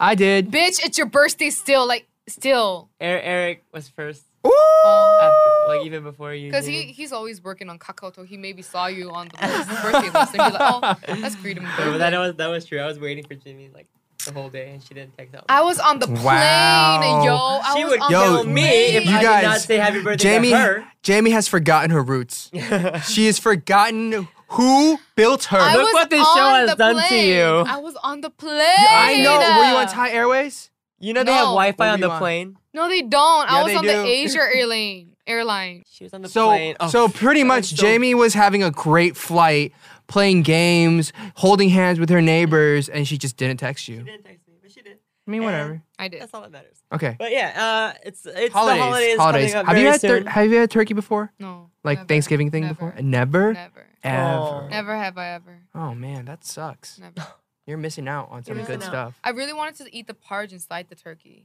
[SPEAKER 4] I did.
[SPEAKER 2] "Bitch, it's your birthday still, like still,"
[SPEAKER 3] Eric, Eric was first,
[SPEAKER 4] Ooh!
[SPEAKER 2] Oh.
[SPEAKER 3] after, like even before you.
[SPEAKER 2] because he
[SPEAKER 3] did.
[SPEAKER 2] he's always working on Kakaoto. He maybe saw you on the list, birthday list and be like, "Oh, that's freedom."
[SPEAKER 3] So that was that was true. I was waiting for Jimmy. Like the whole day and she didn't text out.
[SPEAKER 2] I was on the plane,
[SPEAKER 4] Wow.
[SPEAKER 2] yo. I
[SPEAKER 3] she
[SPEAKER 2] was
[SPEAKER 3] would
[SPEAKER 2] on
[SPEAKER 4] Yo,
[SPEAKER 2] the
[SPEAKER 3] kill me if
[SPEAKER 2] plane.
[SPEAKER 4] You
[SPEAKER 3] I did not
[SPEAKER 4] guys,
[SPEAKER 3] say happy birthday
[SPEAKER 4] Jamie,
[SPEAKER 3] to her.
[SPEAKER 4] Jamie has forgotten her roots. she has forgotten who built her.
[SPEAKER 2] I
[SPEAKER 3] Look
[SPEAKER 2] was
[SPEAKER 3] what this
[SPEAKER 2] on
[SPEAKER 3] show has
[SPEAKER 2] the
[SPEAKER 3] done to
[SPEAKER 2] plane.
[SPEAKER 3] you.
[SPEAKER 2] I was on the plane.
[SPEAKER 4] I know. Were you on Thai Airways?
[SPEAKER 3] you know they have
[SPEAKER 2] No.
[SPEAKER 4] What
[SPEAKER 3] Wi-Fi
[SPEAKER 4] do
[SPEAKER 3] on
[SPEAKER 4] you
[SPEAKER 3] the
[SPEAKER 4] want?
[SPEAKER 3] plane.
[SPEAKER 2] No, they don't. I
[SPEAKER 4] Yeah,
[SPEAKER 2] was
[SPEAKER 4] they
[SPEAKER 2] on the
[SPEAKER 4] do.
[SPEAKER 2] Asia airline. Airline.
[SPEAKER 3] She was on the
[SPEAKER 4] So,
[SPEAKER 3] plane. Oh,
[SPEAKER 4] so pretty
[SPEAKER 3] that
[SPEAKER 4] much,
[SPEAKER 3] was so-
[SPEAKER 4] Jamie was having a great flight, playing games, holding hands with her neighbors, and she just didn't text
[SPEAKER 3] She
[SPEAKER 4] you.
[SPEAKER 3] didn't text me, but she did.
[SPEAKER 4] I mean, whatever.
[SPEAKER 2] I did.
[SPEAKER 3] That's all that matters.
[SPEAKER 4] Okay.
[SPEAKER 3] But yeah, uh, it's it's
[SPEAKER 4] Holidays.
[SPEAKER 3] the holidays,
[SPEAKER 4] holidays.
[SPEAKER 3] coming up
[SPEAKER 4] Have
[SPEAKER 3] very
[SPEAKER 4] you had
[SPEAKER 3] soon.
[SPEAKER 4] tur- Have you had turkey before?
[SPEAKER 2] No.
[SPEAKER 4] Like
[SPEAKER 2] never.
[SPEAKER 4] Thanksgiving thing
[SPEAKER 2] Never.
[SPEAKER 4] before? Never.
[SPEAKER 2] Never.
[SPEAKER 4] Ever.
[SPEAKER 3] Oh.
[SPEAKER 2] Never have I ever.
[SPEAKER 4] Oh man, that sucks.
[SPEAKER 2] Never.
[SPEAKER 4] You're missing out on some
[SPEAKER 3] You're
[SPEAKER 4] good
[SPEAKER 3] missing out.
[SPEAKER 4] stuff.
[SPEAKER 2] I really wanted to eat the parge and slide the turkey.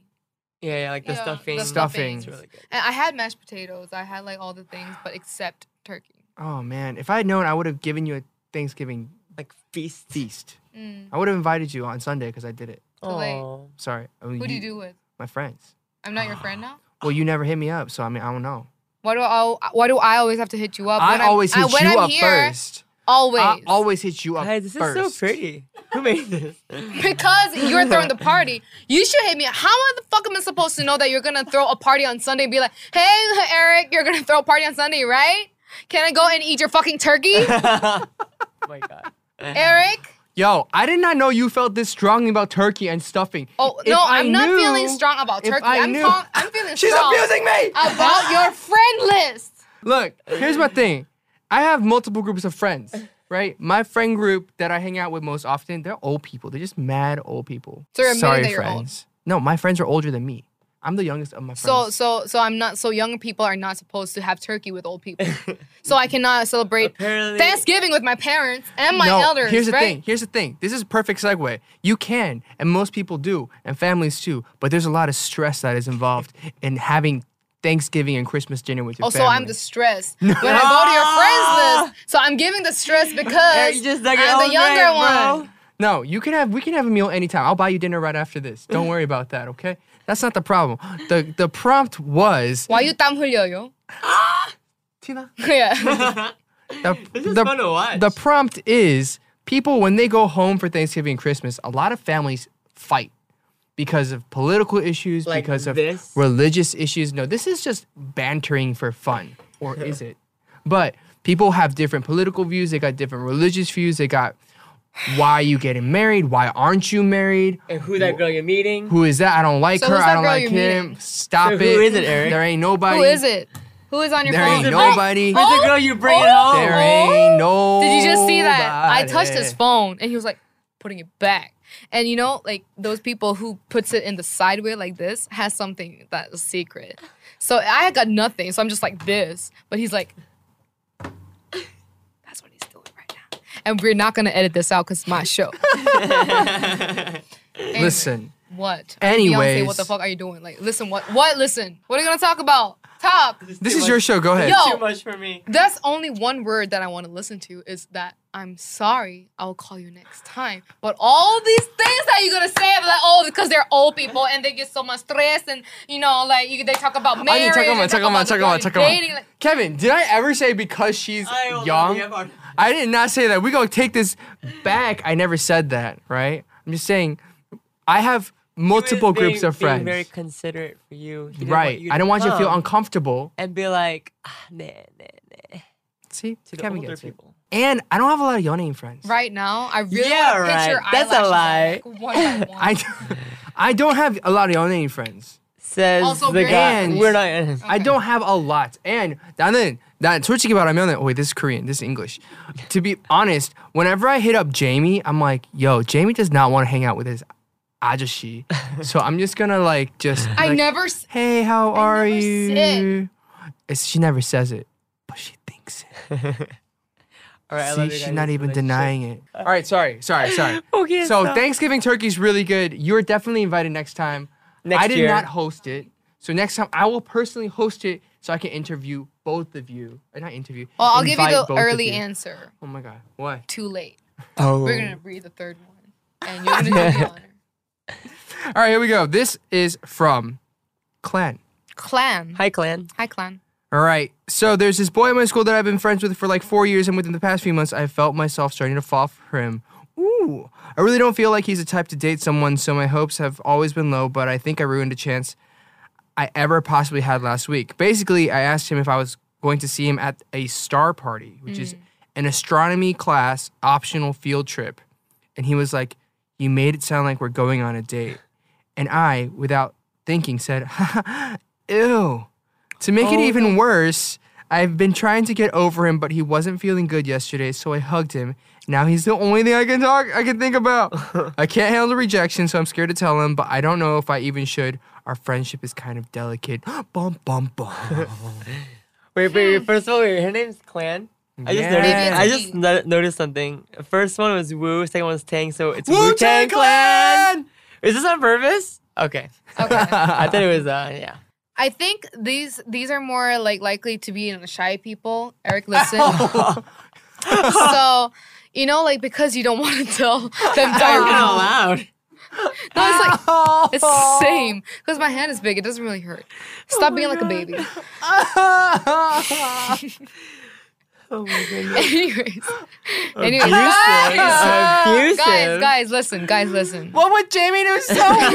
[SPEAKER 3] yeah, yeah, like the
[SPEAKER 2] Yeah,
[SPEAKER 3] stuffing.
[SPEAKER 2] the
[SPEAKER 4] Stuffing.
[SPEAKER 3] It's
[SPEAKER 2] stuffings.
[SPEAKER 3] really good.
[SPEAKER 2] And I had mashed potatoes. I had like all the things, but except turkey.
[SPEAKER 4] Oh man, if I had known, I would have given you a Thanksgiving
[SPEAKER 3] Like feast.
[SPEAKER 4] feast.
[SPEAKER 2] Mm.
[SPEAKER 4] I would have invited you on Sunday because I did it.
[SPEAKER 2] So, like,
[SPEAKER 3] Aw.
[SPEAKER 4] Sorry. I mean,
[SPEAKER 2] Who do you do with?
[SPEAKER 4] My friends.
[SPEAKER 2] I'm not your friend now.
[SPEAKER 4] Well, you never hit me up, so I mean, I don't know.
[SPEAKER 2] Why do I? Why do I always have to hit you up?
[SPEAKER 4] I
[SPEAKER 2] when I'm-
[SPEAKER 4] always hit
[SPEAKER 2] when
[SPEAKER 4] you
[SPEAKER 2] I'm
[SPEAKER 4] up
[SPEAKER 2] here,
[SPEAKER 4] first.
[SPEAKER 2] Always.
[SPEAKER 4] I always hit you up
[SPEAKER 3] Guys, this
[SPEAKER 4] first.
[SPEAKER 3] is so pretty. Who made this? Oh
[SPEAKER 2] Because you're throwing the party, you should hit me. How the fuck am I supposed to know that you're gonna throw a party on Sunday and be like, "Hey, Eric, you're gonna throw a party on Sunday, right? Can I go and eat your fucking turkey,
[SPEAKER 3] oh my god.
[SPEAKER 2] Eric?"
[SPEAKER 4] Yo, I did not know you felt this strongly about turkey and stuffing.
[SPEAKER 2] Oh
[SPEAKER 4] If
[SPEAKER 2] no,
[SPEAKER 4] I
[SPEAKER 2] I'm not
[SPEAKER 4] knew-
[SPEAKER 2] feeling strong about
[SPEAKER 4] if
[SPEAKER 2] turkey.
[SPEAKER 4] I
[SPEAKER 2] I'm,
[SPEAKER 4] knew-
[SPEAKER 2] strong- I'm feeling
[SPEAKER 4] She's
[SPEAKER 2] strong
[SPEAKER 4] abusing me.
[SPEAKER 2] about your friend list.
[SPEAKER 4] Look, here's my thing. I have multiple groups of friends, right? My friend group that I hang out with most often, they're old people. They're just mad old people.
[SPEAKER 2] So you're admitting
[SPEAKER 4] Sorry,
[SPEAKER 2] that you're old.
[SPEAKER 4] friends. No, my friends are older than me. I'm the youngest of my friends.
[SPEAKER 2] So so so I'm not so young people are not supposed to have turkey with old people. so I cannot celebrate
[SPEAKER 3] Apparently,
[SPEAKER 2] Thanksgiving with my parents and my
[SPEAKER 4] no,
[SPEAKER 2] elders.
[SPEAKER 4] Here's the
[SPEAKER 2] right?
[SPEAKER 4] thing. Here's the thing. This is a perfect segue. You can, and most people do, and families too. But there's a lot of stress that is involved in having Thanksgiving and Christmas dinner with your
[SPEAKER 2] Oh, so
[SPEAKER 4] family. Ah!
[SPEAKER 2] I'm the stress. When I go to your friends list, so I'm giving the stress because
[SPEAKER 3] you just dug your
[SPEAKER 2] I'm
[SPEAKER 3] own
[SPEAKER 2] the younger
[SPEAKER 3] grave, bro.
[SPEAKER 2] one.
[SPEAKER 4] No, you can have. We can have a meal anytime. I'll buy you dinner right after this. Don't worry about that. Okay. That's not the problem. The the prompt was
[SPEAKER 2] Why you 땀 흘려요?
[SPEAKER 4] Tina.
[SPEAKER 2] yeah.
[SPEAKER 4] The,
[SPEAKER 3] This is
[SPEAKER 4] the-
[SPEAKER 3] fun to watch.
[SPEAKER 4] the prompt is people when they go home for Thanksgiving and Christmas, a lot of families fight because of political issues,
[SPEAKER 3] Like
[SPEAKER 4] because of
[SPEAKER 3] this?
[SPEAKER 4] religious issues. No, this is just bantering for fun, or is it? But people have different political views, they got different religious views, they got why are you getting married? Why aren't you married?
[SPEAKER 3] and who that girl you're meeting?
[SPEAKER 4] Who is that? I don't like
[SPEAKER 2] So
[SPEAKER 4] her.
[SPEAKER 2] who's
[SPEAKER 4] I
[SPEAKER 2] that
[SPEAKER 4] don't
[SPEAKER 2] girl
[SPEAKER 4] like
[SPEAKER 2] you're
[SPEAKER 4] him.
[SPEAKER 2] meeting?
[SPEAKER 4] Stop
[SPEAKER 3] So
[SPEAKER 4] it.
[SPEAKER 3] who is it, Eric?
[SPEAKER 4] There ain't nobody.
[SPEAKER 2] Who is it? Who is on your
[SPEAKER 4] There
[SPEAKER 2] phone?
[SPEAKER 4] ain't nobody.
[SPEAKER 3] Who's the girl you bringing home?
[SPEAKER 4] There ain't no.
[SPEAKER 2] Did you just see that? I touched his phone and he was like putting it back. And you know, like those people who puts it in the sideway like this has something that's a secret. So I got nothing. So I'm just like this. But he's like, that's what he's doing right now. And we're not gonna edit this out because it's my show. Anyway,
[SPEAKER 4] Listen,
[SPEAKER 2] What?
[SPEAKER 4] Anyways.
[SPEAKER 2] Beyonce, what the fuck are you doing? Like, listen, what? What? Listen, what are you gonna talk about? Talk.
[SPEAKER 4] this is your show. Go ahead.
[SPEAKER 2] Yo,
[SPEAKER 3] Too much for me.
[SPEAKER 2] That's only one word that I want to listen to is that I'm sorry. I'll call you next time. But all these things that you're gonna say, I'm like, oh, because they're old people and they get so much stress, and you know, like you, they talk about
[SPEAKER 4] I need
[SPEAKER 2] marriage,
[SPEAKER 4] to talk
[SPEAKER 2] they
[SPEAKER 4] about, talk about, talk about,
[SPEAKER 2] the
[SPEAKER 4] talk
[SPEAKER 2] girl you're dating,
[SPEAKER 4] about.
[SPEAKER 2] like-
[SPEAKER 4] Kevin, did I ever say because she's young? I did not say that. We gonna take this back. I never said that, right? I'm just saying, I have multiple groups of friends.
[SPEAKER 3] Being very considerate for you. He didn't want
[SPEAKER 4] right.
[SPEAKER 3] you
[SPEAKER 4] I don't want you to feel
[SPEAKER 3] come
[SPEAKER 4] uncomfortable.
[SPEAKER 3] And be like, ah, nah, nah, nah.
[SPEAKER 4] See,
[SPEAKER 3] To the
[SPEAKER 4] Kevin
[SPEAKER 3] older
[SPEAKER 4] gets it.
[SPEAKER 3] people.
[SPEAKER 4] And I don't have a lot of your name friends.
[SPEAKER 2] right now, I really
[SPEAKER 3] Yeah,
[SPEAKER 2] want to picture
[SPEAKER 3] right. That's a
[SPEAKER 2] eyelashes, like, one by one.
[SPEAKER 4] I, I don't have a lot of your name friends.
[SPEAKER 3] Says
[SPEAKER 2] Also,
[SPEAKER 3] the
[SPEAKER 2] we're
[SPEAKER 3] guy.
[SPEAKER 4] not-
[SPEAKER 3] We're not.
[SPEAKER 4] I don't have a lot. And 나는 난 솔직히 말하면 wait this is Korean, this is English. to be honest, whenever I hit up Jamie, I'm like, yo, Jamie does not want to hang out with his ajashi. so I'm just gonna like just
[SPEAKER 2] I
[SPEAKER 4] like,
[SPEAKER 2] never. s-
[SPEAKER 4] Hey, how
[SPEAKER 2] I
[SPEAKER 4] are
[SPEAKER 2] never said-
[SPEAKER 4] you? It's, she never says it, but she thinks it.
[SPEAKER 3] All right, I
[SPEAKER 4] See,
[SPEAKER 3] love your
[SPEAKER 4] she's
[SPEAKER 3] guys'
[SPEAKER 4] not even
[SPEAKER 3] relationship.
[SPEAKER 4] denying it. All right, sorry, sorry, sorry.
[SPEAKER 3] Okay,
[SPEAKER 4] So
[SPEAKER 3] stop.
[SPEAKER 4] Thanksgiving turkey's really good. You're definitely invited next time.
[SPEAKER 3] Next
[SPEAKER 4] I did
[SPEAKER 3] year.
[SPEAKER 4] not host it. So next time I will personally host it so I can interview both of you. Or not interview.
[SPEAKER 2] Well, Oh, I'll give you
[SPEAKER 4] invite
[SPEAKER 2] the
[SPEAKER 4] both of
[SPEAKER 2] early
[SPEAKER 4] you.
[SPEAKER 2] answer.
[SPEAKER 4] Oh my god. Why?
[SPEAKER 2] Too late.
[SPEAKER 3] Oh.
[SPEAKER 2] We're gonna breathe the third one, and you're gonna do the honor.
[SPEAKER 4] All right, here we go. This is from Clan.
[SPEAKER 2] Clan.
[SPEAKER 3] Hi, clan.
[SPEAKER 2] Hi, clan.
[SPEAKER 4] All right. So there's this boy in my school that I've been friends with for like four years, and within the past few months, I felt myself starting to fall for him. Ooh. I really don't feel like he's the type to date someone, so my hopes have always been low, but I think I ruined a chance I ever possibly had last week. Basically, I asked him if I was going to see him at a star party, which is an astronomy class optional field trip. And he was like, You made it sound like we're going on a date. And I, without thinking, said, Ew. To make it
[SPEAKER 3] Oh,
[SPEAKER 4] even worse, I've been trying to get over him, but he wasn't feeling good yesterday, so I hugged him. Now he's the only thing I can talk I can think about. I can't handle rejection, so I'm scared to tell him, but I don't know if I even should. Our friendship is kind of delicate. bum bum bum.
[SPEAKER 3] Wait, wait, wait. First of all, wait, her name's Clan. I just noticed.
[SPEAKER 4] Yeah.
[SPEAKER 3] I just no- noticed something. First one was Wu. Second one was Tang. So it's Wu
[SPEAKER 4] Wu-Tang
[SPEAKER 3] Tang Clan. Is this on purpose? Okay.
[SPEAKER 2] Okay.
[SPEAKER 3] I thought it was. Uh, yeah.
[SPEAKER 2] I think these these are more like likely to be in the shy people. Eric, listen. so, you know, like because you don't want to tell them directly.
[SPEAKER 3] Out loud.
[SPEAKER 2] No, it's like it's the same. Because my hand is big, it doesn't really hurt. Stop being like a baby.
[SPEAKER 3] Oh my goodness.
[SPEAKER 2] anyways, anyways,
[SPEAKER 3] Abusive.
[SPEAKER 2] guys, guys, listen, guys, listen.
[SPEAKER 4] what would Jamie do so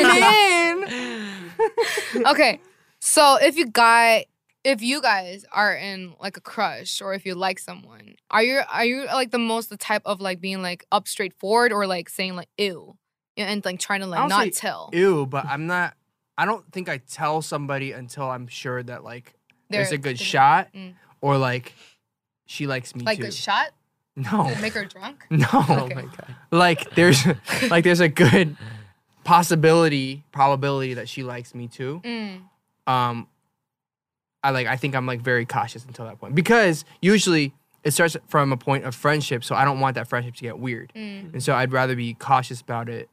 [SPEAKER 4] mean?
[SPEAKER 2] okay. So if you guy if you guys are in like a crush or if you like someone, are you are you like the most the type of like being like up straightforward or like saying like ew and, and, like trying to like
[SPEAKER 4] I'll
[SPEAKER 2] not
[SPEAKER 4] say
[SPEAKER 2] tell?
[SPEAKER 4] Ew, but I'm not I don't think I tell somebody until I'm sure that like there's
[SPEAKER 2] They're-
[SPEAKER 4] a good
[SPEAKER 2] they're-
[SPEAKER 4] shot
[SPEAKER 2] Mm.
[SPEAKER 4] or like she likes me
[SPEAKER 2] Like
[SPEAKER 4] too.
[SPEAKER 2] good shot,
[SPEAKER 4] no.
[SPEAKER 2] make her drunk.
[SPEAKER 4] No.
[SPEAKER 2] Okay.
[SPEAKER 3] Oh my god.
[SPEAKER 4] Like there's like there's a good possibility probability that she likes me too.
[SPEAKER 2] Mm.
[SPEAKER 4] um i like i think i'm like very cautious until that point because usually it starts from a point of friendship so i don't want that friendship to get weird
[SPEAKER 2] Mm.
[SPEAKER 4] and so i'd rather be cautious about it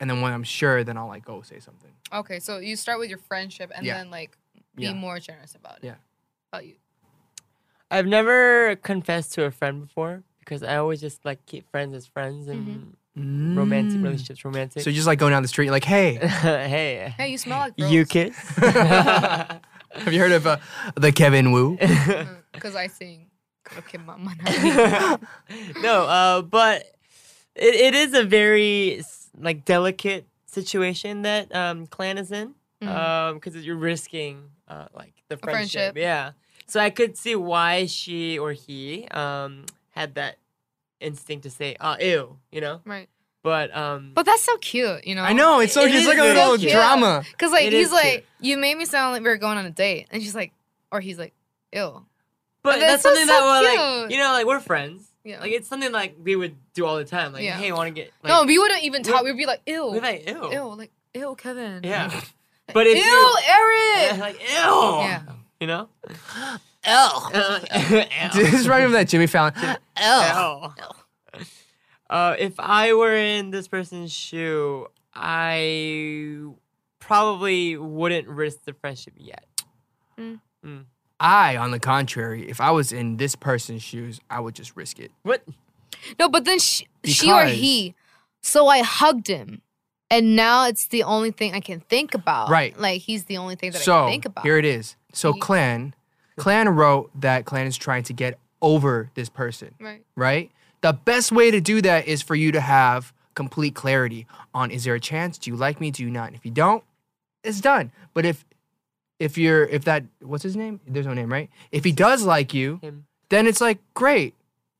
[SPEAKER 4] and then when i'm sure then i'll like go say something
[SPEAKER 2] Okay, so you start with your friendship and
[SPEAKER 4] Yeah.
[SPEAKER 2] then like be
[SPEAKER 4] Yeah.
[SPEAKER 2] more generous about it.
[SPEAKER 4] Yeah.
[SPEAKER 2] About you.
[SPEAKER 3] I've never confessed to a friend before because I always just like keep friends as friends and
[SPEAKER 4] Mm-hmm.
[SPEAKER 3] romantic relationships romantic.
[SPEAKER 4] Mm. so you're just like going down the street like hey
[SPEAKER 3] hey.
[SPEAKER 2] Hey, you smell like
[SPEAKER 3] You kiss.
[SPEAKER 4] have you heard of uh, the kevin wu
[SPEAKER 2] because Mm, I sing. Okay, mama.
[SPEAKER 3] no, uh, but it, it is a very s- like delicate situation that um, clan is in
[SPEAKER 2] Mhm.
[SPEAKER 3] because you're risking uh, like the friendship.
[SPEAKER 2] friendship.
[SPEAKER 3] Yeah, so I could see why she or he um, had that instinct to say, "Oh, ew," you know.
[SPEAKER 2] right.
[SPEAKER 3] But um,
[SPEAKER 2] But that's so cute, you know.
[SPEAKER 4] i know it's so
[SPEAKER 3] It
[SPEAKER 4] it's like a
[SPEAKER 3] is so
[SPEAKER 4] little
[SPEAKER 3] cute.
[SPEAKER 4] drama
[SPEAKER 2] Cause like
[SPEAKER 3] It
[SPEAKER 2] he's
[SPEAKER 3] is
[SPEAKER 2] like, you made me sound like we were going on a date, and she's like, or he's like, ew.
[SPEAKER 3] but that's
[SPEAKER 2] that's so-
[SPEAKER 3] something
[SPEAKER 2] so
[SPEAKER 3] that we're
[SPEAKER 2] cute.
[SPEAKER 3] like, you know, like we're friends.
[SPEAKER 2] Yeah.
[SPEAKER 3] Like it's something like we would do all the time. Like,
[SPEAKER 2] Yeah.
[SPEAKER 3] hey, want to get like,
[SPEAKER 2] no, we wouldn't even
[SPEAKER 3] we're-
[SPEAKER 2] talk. We'd be like, ew,
[SPEAKER 3] we're like ew,
[SPEAKER 2] ew, like ew, Kevin.
[SPEAKER 3] yeah.
[SPEAKER 2] But
[SPEAKER 3] But
[SPEAKER 2] ew,
[SPEAKER 3] if you-
[SPEAKER 2] Eric.
[SPEAKER 3] like ew.
[SPEAKER 2] Yeah.
[SPEAKER 3] You know? Ew.
[SPEAKER 4] this is right of that jimmy fallon
[SPEAKER 3] Ew. Uh, if I were in this person's shoe, I probably wouldn't risk the friendship yet.
[SPEAKER 4] i on the contrary if i was in this person's shoes i would just risk it
[SPEAKER 3] What?
[SPEAKER 2] No, but then she, she or
[SPEAKER 4] Because-
[SPEAKER 2] he. So I hugged him, and now it's the only thing I can think about.
[SPEAKER 4] Right.
[SPEAKER 2] Like he's the only thing that I
[SPEAKER 4] so
[SPEAKER 2] can think about.
[SPEAKER 4] here it is. So
[SPEAKER 2] Ye-
[SPEAKER 4] Clan, Clan wrote that Clan is trying to get over this person,
[SPEAKER 2] Right.
[SPEAKER 4] right? The best way to do that is for you to have complete clarity on is there a chance? Do you like me? Do you not? And if you don't, it's done. But if if you're if that what's his name? There's no name, right? If he does like you,
[SPEAKER 3] Him.
[SPEAKER 4] then it's like great.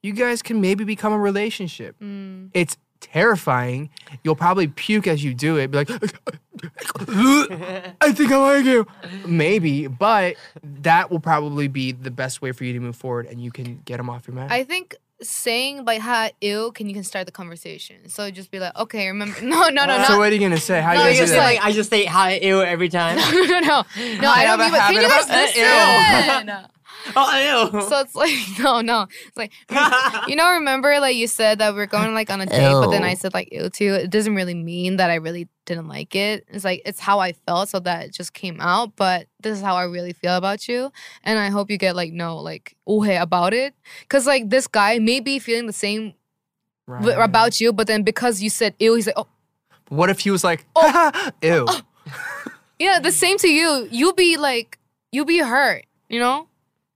[SPEAKER 4] You guys can maybe become a relationship.
[SPEAKER 2] Mm.
[SPEAKER 4] It's terrifying. You'll probably puke as you do it. Be like I think I like you. Maybe, but that will probably be the best way for you to move forward and you can get them off your mind.
[SPEAKER 2] I think saying like "ha ill" can you can start the conversation. So just be like, okay, remember? No, no, no,
[SPEAKER 4] so
[SPEAKER 2] not
[SPEAKER 4] what are you gonna say? How
[SPEAKER 2] No,
[SPEAKER 4] are you
[SPEAKER 2] it's
[SPEAKER 4] gonna
[SPEAKER 2] just
[SPEAKER 4] do that?
[SPEAKER 3] like, I just say hi ew every time.
[SPEAKER 2] no, no, no. No, I,
[SPEAKER 4] have
[SPEAKER 2] don't
[SPEAKER 4] a
[SPEAKER 2] even. Can
[SPEAKER 4] habit
[SPEAKER 2] you
[SPEAKER 4] of-
[SPEAKER 2] guys listen?
[SPEAKER 3] oh ew.
[SPEAKER 2] so it's like, no, no. It's like, you know, remember, like you said that we are going like on a date, but then I said like ew too. It doesn't really mean that I really didn't like it. It's like it's how I felt, so that it just came out. But this is how I really feel about you, and I hope you get like no like uhe about it, because like this guy may be feeling the same w-
[SPEAKER 4] Right.
[SPEAKER 2] about you, but then because you said ew, he's like, oh,
[SPEAKER 4] What if he was like, oh. ew?
[SPEAKER 2] yeah, the same to you. You'll be like, you'll be hurt, you know?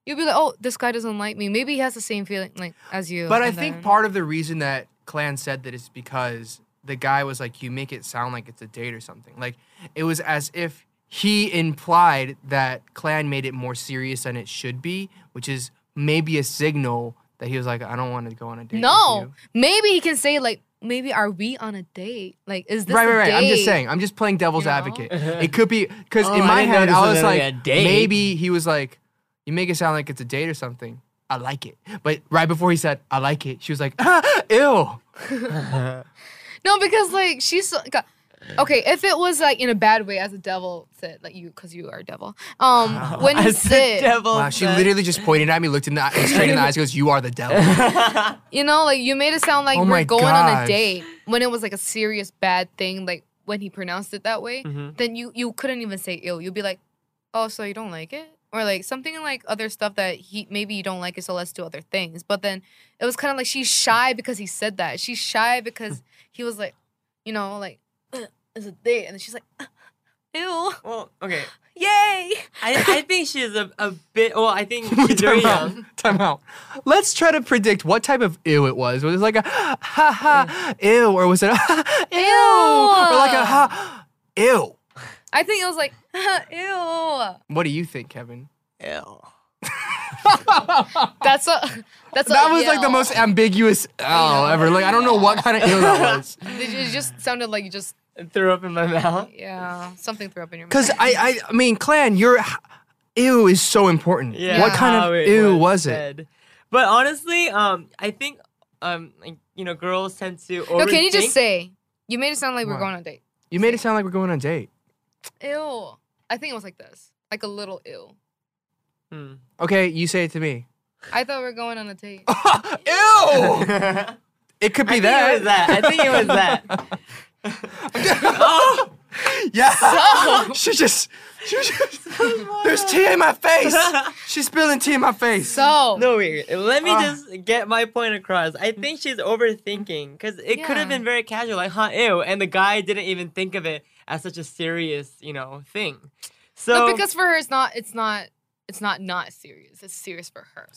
[SPEAKER 2] You'll be like, oh, this guy doesn't like me. Maybe he has the same feeling like as you.
[SPEAKER 4] But I
[SPEAKER 2] and
[SPEAKER 4] think
[SPEAKER 2] then-
[SPEAKER 4] part of the reason that Clan said that it's because the guy was like, "You make it sound like it's a date or something." Like it was as if he implied that Clan made it more serious than it should be, which is maybe a signal that he was like, "I don't want to go on a date." with
[SPEAKER 2] No.
[SPEAKER 4] you."
[SPEAKER 2] Maybe he can say like, maybe are we on a date? Like, is this
[SPEAKER 4] right,
[SPEAKER 2] a
[SPEAKER 4] right, right. I'm just
[SPEAKER 2] date?
[SPEAKER 4] saying. I'm just playing devil's
[SPEAKER 2] You know?
[SPEAKER 4] advocate. It could be because
[SPEAKER 3] Oh,
[SPEAKER 4] in
[SPEAKER 3] I
[SPEAKER 4] my
[SPEAKER 3] didn't know
[SPEAKER 4] head
[SPEAKER 3] this
[SPEAKER 4] I
[SPEAKER 3] was
[SPEAKER 4] was
[SPEAKER 3] gonna be
[SPEAKER 4] like,
[SPEAKER 3] a date.
[SPEAKER 4] maybe he was like, "You make it sound like it's a date or something." I like it, but right before he said, "I like it," she was like, ah, "Ew."
[SPEAKER 2] No, because like she's so, God. okay. If it was like in a bad way, as a devil said, like you, because you are a devil. Um, when you
[SPEAKER 3] As the
[SPEAKER 2] sit,
[SPEAKER 3] devil
[SPEAKER 4] Wow, she
[SPEAKER 3] said-
[SPEAKER 4] literally just pointed at me, looked in the eye, straight in the eyes, goes, "You are the devil."
[SPEAKER 2] you know, like you made it sound like
[SPEAKER 4] Oh
[SPEAKER 2] we're
[SPEAKER 4] my
[SPEAKER 2] going on a
[SPEAKER 4] gosh.
[SPEAKER 2] date when it was like a serious bad thing. Like when he pronounced it that way,
[SPEAKER 4] Mm-hmm.
[SPEAKER 3] Mhm.
[SPEAKER 2] then you you couldn't even say ill. You'd be like, oh, so you don't like it, or like something like other stuff that he maybe you don't like it, so let's do other things. But then it was kind of like she's shy because he said that. She's shy because he was like, you know, like "Uh, it's a date, and then she's like, "Uh, ew.
[SPEAKER 3] Well, okay.
[SPEAKER 2] Yay!
[SPEAKER 3] I, I think she's a, a bit. Well, I think she's
[SPEAKER 4] Wait,
[SPEAKER 3] very
[SPEAKER 4] time out.
[SPEAKER 3] young.
[SPEAKER 4] Time out. Let's try to predict what type of ew it was. Was it like a ha ha ew, or was it a ew, or like a ha ew?
[SPEAKER 2] I think it was like, "Uh, ew.
[SPEAKER 4] What do you think, Kevin?
[SPEAKER 3] Ew.
[SPEAKER 2] That's a that's
[SPEAKER 4] that
[SPEAKER 2] a
[SPEAKER 4] was like the
[SPEAKER 2] yell.
[SPEAKER 4] most ambiguous owl ever. Like I don't know what kind of ew that was.
[SPEAKER 2] It, ju- it just sounded like you just
[SPEAKER 3] Threw up in my mouth.
[SPEAKER 2] yeah something threw up in your mouth.
[SPEAKER 4] Cause I, I I mean, clan, your h- ew is so important.
[SPEAKER 3] Yeah.
[SPEAKER 4] What kind
[SPEAKER 3] how
[SPEAKER 4] of
[SPEAKER 3] it
[SPEAKER 4] ew was, it?
[SPEAKER 3] said. But honestly, um, I think, um, like, you know, girls tend to.
[SPEAKER 2] no, can you
[SPEAKER 3] overthink-
[SPEAKER 2] just say you made it sound like we're
[SPEAKER 4] What?
[SPEAKER 2] going on a date?
[SPEAKER 4] You made it sound like we're going on a date.
[SPEAKER 2] Ew. I think it was like this, like a little ew.
[SPEAKER 3] Hmm.
[SPEAKER 4] Okay, you say it to me.
[SPEAKER 2] I thought we are going on a date.
[SPEAKER 4] ew! It could be
[SPEAKER 3] I think
[SPEAKER 4] that.
[SPEAKER 3] it was that. I think it was that.
[SPEAKER 4] oh, yeah. She just, she just, there's tea in my face. She's spilling tea in my face.
[SPEAKER 2] So
[SPEAKER 3] No, wait. Let me
[SPEAKER 4] Ah.
[SPEAKER 3] just get my point across. I think she's overthinking because it could
[SPEAKER 2] Yeah.
[SPEAKER 3] have been very casual, like "huh, ew," and the guy didn't even think of it as such a serious, you know, thing. So,
[SPEAKER 2] no, because for her it's not it's not it's not not serious. It's serious for her.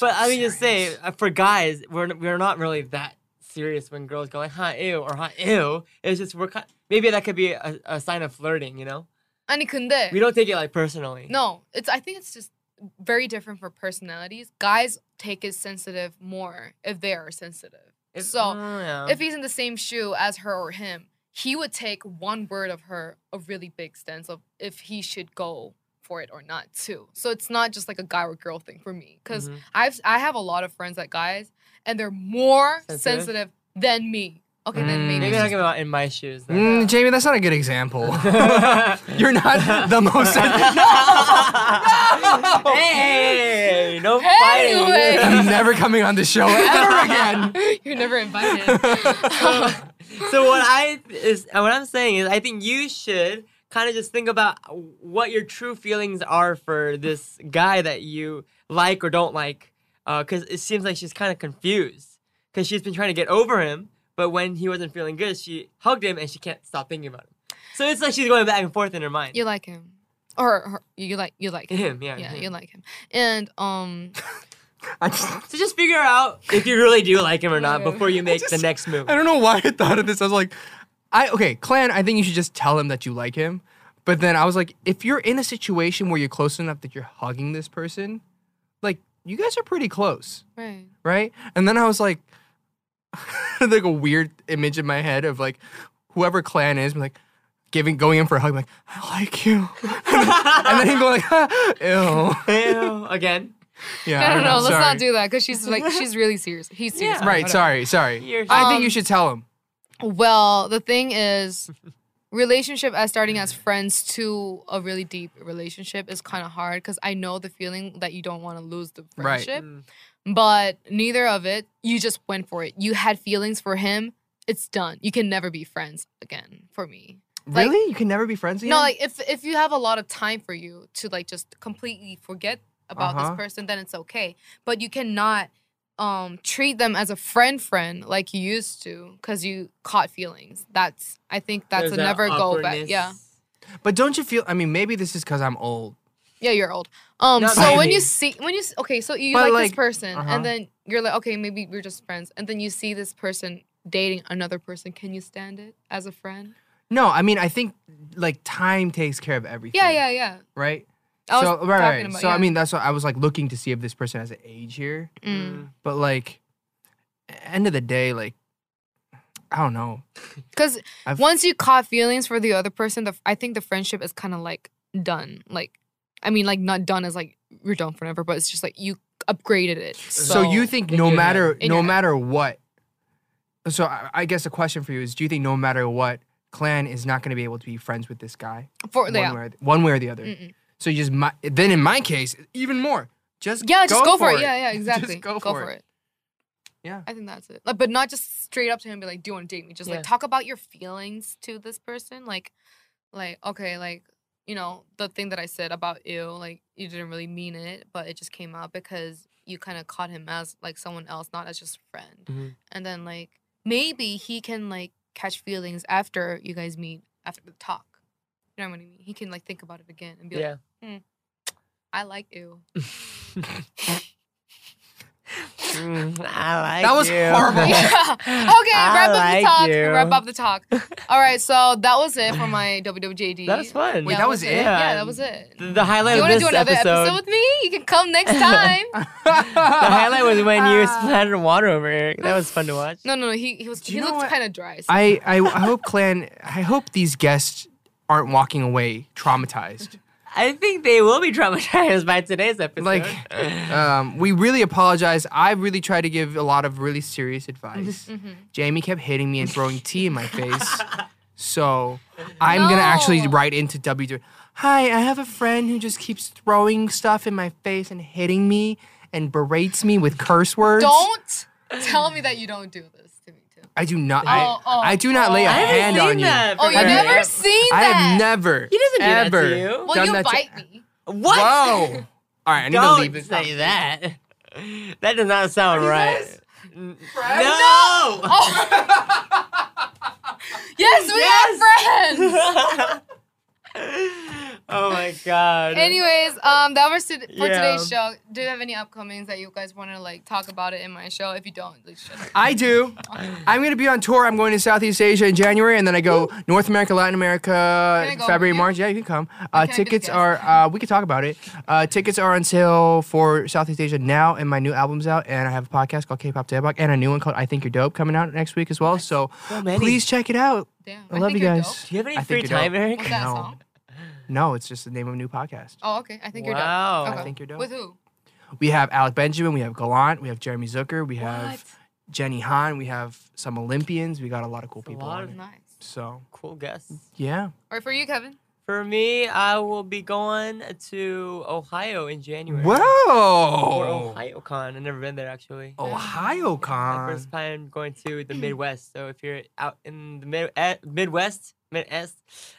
[SPEAKER 3] but I mean, just say
[SPEAKER 4] Serious.
[SPEAKER 3] uh, for guys, we're n- we're not really that serious when girls go like "huh, ew" or "huh, ew." It's just we're kind. Maybe that could be a, a sign of flirting, you know.
[SPEAKER 2] Ani kunde.
[SPEAKER 3] We don't take it like personally.
[SPEAKER 2] No, it's. I think it's just very different for personalities. Guys take it sensitive more if they are sensitive.
[SPEAKER 3] If-
[SPEAKER 2] so,
[SPEAKER 3] oh, yeah.
[SPEAKER 2] If he's in the same shoe as her or him, he would take one word of her a really big stance of if he should go for it or not too. So it's not just like a guy or girl thing for me because
[SPEAKER 3] Mhm.
[SPEAKER 2] I've I have a lot of friends that guys and they're more
[SPEAKER 3] Sensitive?
[SPEAKER 2] sensitive, than me. Okay, then
[SPEAKER 4] Mm.
[SPEAKER 2] maybe.
[SPEAKER 3] maybe I'm talking about in my shoes. Then.
[SPEAKER 4] Mm, Jamie, that's not a good example. You're not the most.
[SPEAKER 3] Hey, no
[SPEAKER 2] Anyway.
[SPEAKER 3] fighting.
[SPEAKER 4] I'm never coming on the show ever again.
[SPEAKER 2] You're never invited.
[SPEAKER 3] so what I is what I'm saying is I think you should kind of just think about what your true feelings are for this guy that you like or don't like, because it seems like she's kind of confused because she's been trying to get over him, but when he wasn't feeling good, she hugged him and she can't stop thinking about him. So it's like she's going back and forth in her mind.
[SPEAKER 2] you like him, or her, you like you like
[SPEAKER 3] Him, yeah,
[SPEAKER 2] yeah,
[SPEAKER 3] him.
[SPEAKER 2] you like him, and um,
[SPEAKER 4] I, just,
[SPEAKER 3] So just figure out if you really do like him or not
[SPEAKER 2] Yeah.
[SPEAKER 3] before you make the next move.
[SPEAKER 4] I don't know why I thought of this. I was like, I okay, Clan. I think you should just tell him that you like him. But then I was like, if you're in a situation where you're close enough that you're hugging this person, like you guys are pretty close.
[SPEAKER 2] right.
[SPEAKER 4] right? And then I was like, like a weird image in my head of like whoever clan is, like giving going in for a hug, like I like you, and then him going like, ew,
[SPEAKER 3] Ew, again.
[SPEAKER 4] yeah.
[SPEAKER 2] No,
[SPEAKER 4] I
[SPEAKER 2] no,
[SPEAKER 4] don't know,
[SPEAKER 2] no. Let's
[SPEAKER 4] sorry.
[SPEAKER 2] not do that because she's like she's really serious. He's serious.
[SPEAKER 3] Yeah.
[SPEAKER 2] about it,
[SPEAKER 4] Right,
[SPEAKER 2] whatever.
[SPEAKER 4] sorry, sorry.
[SPEAKER 3] You're-
[SPEAKER 4] I think
[SPEAKER 2] Um,
[SPEAKER 4] you should tell him.
[SPEAKER 2] Well, the thing is, relationship as starting as friends to a really deep relationship is kind of hard because I know the feeling that you don't want to lose the
[SPEAKER 4] Right.
[SPEAKER 2] friendship, but neither of it. You just went for it. You had feelings for him. It's done. You can never be friends again for me. like-
[SPEAKER 4] really, you can never be friends again.
[SPEAKER 2] No, like if if you have a lot of time for you to like just completely forget about
[SPEAKER 4] Uh-huh.
[SPEAKER 2] this person, then it's okay. But you cannot um treat them as a friend friend like you used to because you caught feelings. That's I think that's
[SPEAKER 3] There's
[SPEAKER 2] a
[SPEAKER 3] that
[SPEAKER 2] never go back.
[SPEAKER 3] awkwardness.
[SPEAKER 2] Yeah.
[SPEAKER 4] but don't you feel? I mean, maybe this is because I'm old.
[SPEAKER 2] Yeah, you're old. Um
[SPEAKER 3] Not
[SPEAKER 2] so when
[SPEAKER 3] maybe.
[SPEAKER 2] you see when you s- okay, so you
[SPEAKER 4] But,
[SPEAKER 2] like,
[SPEAKER 4] like,
[SPEAKER 2] this person
[SPEAKER 4] uh-huh.
[SPEAKER 2] and then you're like, okay, maybe we're just friends. And then you see this person dating another person. Can you stand it as a friend?
[SPEAKER 4] No, I mean I think like time takes care of everything.
[SPEAKER 2] Yeah, yeah, yeah.
[SPEAKER 4] Right.
[SPEAKER 2] I was
[SPEAKER 4] so right, right.
[SPEAKER 2] talking about-
[SPEAKER 4] so
[SPEAKER 2] yeah.
[SPEAKER 4] I mean that's what I was like looking to see if this person has an age here,
[SPEAKER 2] Mm.
[SPEAKER 4] but like, end of the day, like, I don't know.
[SPEAKER 2] Because
[SPEAKER 4] I've-
[SPEAKER 2] once you caught feelings for the other person, the, I think the friendship is kind of like done. Like, I mean, like not done as like you're done forever, but it's just like you upgraded it.
[SPEAKER 4] So,
[SPEAKER 2] So,
[SPEAKER 4] you think
[SPEAKER 3] in
[SPEAKER 4] no
[SPEAKER 3] your
[SPEAKER 4] matter
[SPEAKER 2] In
[SPEAKER 4] no
[SPEAKER 2] your head.
[SPEAKER 4] matter what, so I, I guess the question for you is: Do you think no matter what, Clan is not going to be able to be friends with this guy
[SPEAKER 2] for
[SPEAKER 4] one,
[SPEAKER 2] yeah,
[SPEAKER 4] way or the, one way or the other?
[SPEAKER 2] Mm-mm.
[SPEAKER 4] So you just mi- then in my case even more. Just
[SPEAKER 2] yeah, just go, for, it.
[SPEAKER 4] it.
[SPEAKER 2] Yeah, yeah, exactly.
[SPEAKER 4] Just go, for, it. Yeah.
[SPEAKER 2] I think that's it. Like, but not just straight up to him, and be like, "Do you want to date me?" Just
[SPEAKER 3] Yeah.
[SPEAKER 2] like talk about your feelings to this person. Like, like okay, like you know the thing that I said about you, like you didn't really mean it, but it just came out because you kind of caught him as like someone else, not as just a friend.
[SPEAKER 4] Mm-hmm.
[SPEAKER 3] Mhm.
[SPEAKER 2] And then like maybe he can like catch feelings after you guys meet after the talk. You know what I mean? He can like think about it again and be like, "Hmm,
[SPEAKER 3] Yeah.
[SPEAKER 2] "I like you."
[SPEAKER 3] Mm, I like
[SPEAKER 4] That was
[SPEAKER 3] you.
[SPEAKER 4] horrible.
[SPEAKER 2] Yeah. Okay,
[SPEAKER 3] I
[SPEAKER 2] wrap up
[SPEAKER 3] like
[SPEAKER 2] the talk.
[SPEAKER 3] you.
[SPEAKER 2] Wrap up the talk. All right, so that was it for my WWJD.
[SPEAKER 3] That was fun.
[SPEAKER 4] Wait, that was it?
[SPEAKER 2] Yeah, that was it.
[SPEAKER 3] The, the highlight
[SPEAKER 2] you
[SPEAKER 3] of
[SPEAKER 2] want to
[SPEAKER 3] this
[SPEAKER 2] do another episode?
[SPEAKER 3] episode.
[SPEAKER 2] with me? You can come next time.
[SPEAKER 3] the highlight was when you
[SPEAKER 2] Ah.
[SPEAKER 3] splattered water over Eric. That was fun to watch.
[SPEAKER 2] no, no, no. He he was
[SPEAKER 4] Do you
[SPEAKER 2] he
[SPEAKER 4] know
[SPEAKER 2] looked
[SPEAKER 4] what?
[SPEAKER 2] kind of dry. So.
[SPEAKER 4] I, I I hope Clan. I hope these guests aren't walking away traumatized.
[SPEAKER 3] I think they will be traumatized by today's episode.
[SPEAKER 4] Like, um, we really apologize. I really tried to give a lot of really serious advice.
[SPEAKER 2] Mm-hmm.
[SPEAKER 4] Jamie kept hitting me and throwing tea in my face. So I'm gonna actually
[SPEAKER 2] No.
[SPEAKER 4] write into W. Hi, I have a friend who just keeps throwing stuff in my face and hitting me and berates me with curse words.
[SPEAKER 2] don't tell me that you don't do this to me too.
[SPEAKER 4] I do not. I,
[SPEAKER 2] Oh, oh,
[SPEAKER 4] I do not lay a
[SPEAKER 2] oh. I
[SPEAKER 3] I haven't
[SPEAKER 4] hand
[SPEAKER 3] seen
[SPEAKER 4] on you.
[SPEAKER 3] that
[SPEAKER 2] Oh,
[SPEAKER 3] from
[SPEAKER 2] you
[SPEAKER 4] Have
[SPEAKER 2] have
[SPEAKER 4] you
[SPEAKER 2] never
[SPEAKER 3] Eric.
[SPEAKER 2] seen
[SPEAKER 4] I
[SPEAKER 2] that?
[SPEAKER 4] have never.
[SPEAKER 3] He doesn't do that
[SPEAKER 4] ever
[SPEAKER 3] to you.
[SPEAKER 2] Well,
[SPEAKER 4] done
[SPEAKER 2] you
[SPEAKER 4] that to-
[SPEAKER 2] bite me.
[SPEAKER 3] What?
[SPEAKER 4] Whoa. All right, I need
[SPEAKER 3] Don't
[SPEAKER 4] to leave this.
[SPEAKER 3] say that. That does not sound right. N- No.
[SPEAKER 2] Oh. yes, we
[SPEAKER 3] Yes.
[SPEAKER 2] are friends.
[SPEAKER 3] oh my god.
[SPEAKER 2] Anyways, um, that was to, for
[SPEAKER 3] Yeah.
[SPEAKER 2] today's show. Do you have any upcomings that you guys want to like talk about it in my show? If you don't, like, shut up.
[SPEAKER 4] I do. I'm going to be on tour. I'm going to Southeast Asia in January, and then I go North America, Latin America,
[SPEAKER 2] I go
[SPEAKER 4] February,
[SPEAKER 2] with you?
[SPEAKER 4] March. Yeah, you can come. Uh,
[SPEAKER 2] Okay, I'm
[SPEAKER 4] tickets
[SPEAKER 2] just
[SPEAKER 4] are. Uh, we could talk about it. Uh, tickets are on sale for Southeast Asia now, and my new album's out. And I have a podcast called K-pop Debug, and a new one called I Think You're Dope coming out next week as well. So
[SPEAKER 3] So many.
[SPEAKER 4] please check it out.
[SPEAKER 2] Damn,
[SPEAKER 4] I, love
[SPEAKER 2] think
[SPEAKER 4] you
[SPEAKER 2] you're
[SPEAKER 4] guys.
[SPEAKER 2] Dope.
[SPEAKER 3] Do you have any
[SPEAKER 4] I
[SPEAKER 3] free
[SPEAKER 4] think you're
[SPEAKER 3] time,
[SPEAKER 4] dope.
[SPEAKER 3] Eric?
[SPEAKER 2] Was that a
[SPEAKER 4] No.
[SPEAKER 2] song?
[SPEAKER 4] No, it's just the name of a new podcast.
[SPEAKER 2] Oh, okay. I think you're dope.
[SPEAKER 3] Wow.
[SPEAKER 2] Okay.
[SPEAKER 4] I think you're dope.
[SPEAKER 2] With who?
[SPEAKER 4] We have Alec Benjamin, we have Gallant, we have Jeremy Zucker, we have Jenny Han, we have some Olympians. We got a lot of cool
[SPEAKER 3] That's a
[SPEAKER 4] people.
[SPEAKER 3] lot
[SPEAKER 4] on
[SPEAKER 3] of-
[SPEAKER 4] it.
[SPEAKER 2] Nice.
[SPEAKER 4] So
[SPEAKER 3] Cool guess.
[SPEAKER 4] yeah.
[SPEAKER 2] Or for you, Kevin.
[SPEAKER 3] For me, I will be going to Ohio in January. For
[SPEAKER 4] Whoa!
[SPEAKER 3] OhioCon. I've never been there actually.
[SPEAKER 4] Ohio
[SPEAKER 2] Uh,
[SPEAKER 3] My
[SPEAKER 4] Con.
[SPEAKER 3] first time going to the Midwest. So if you're out in the mid- eh, Midwest, Midwest,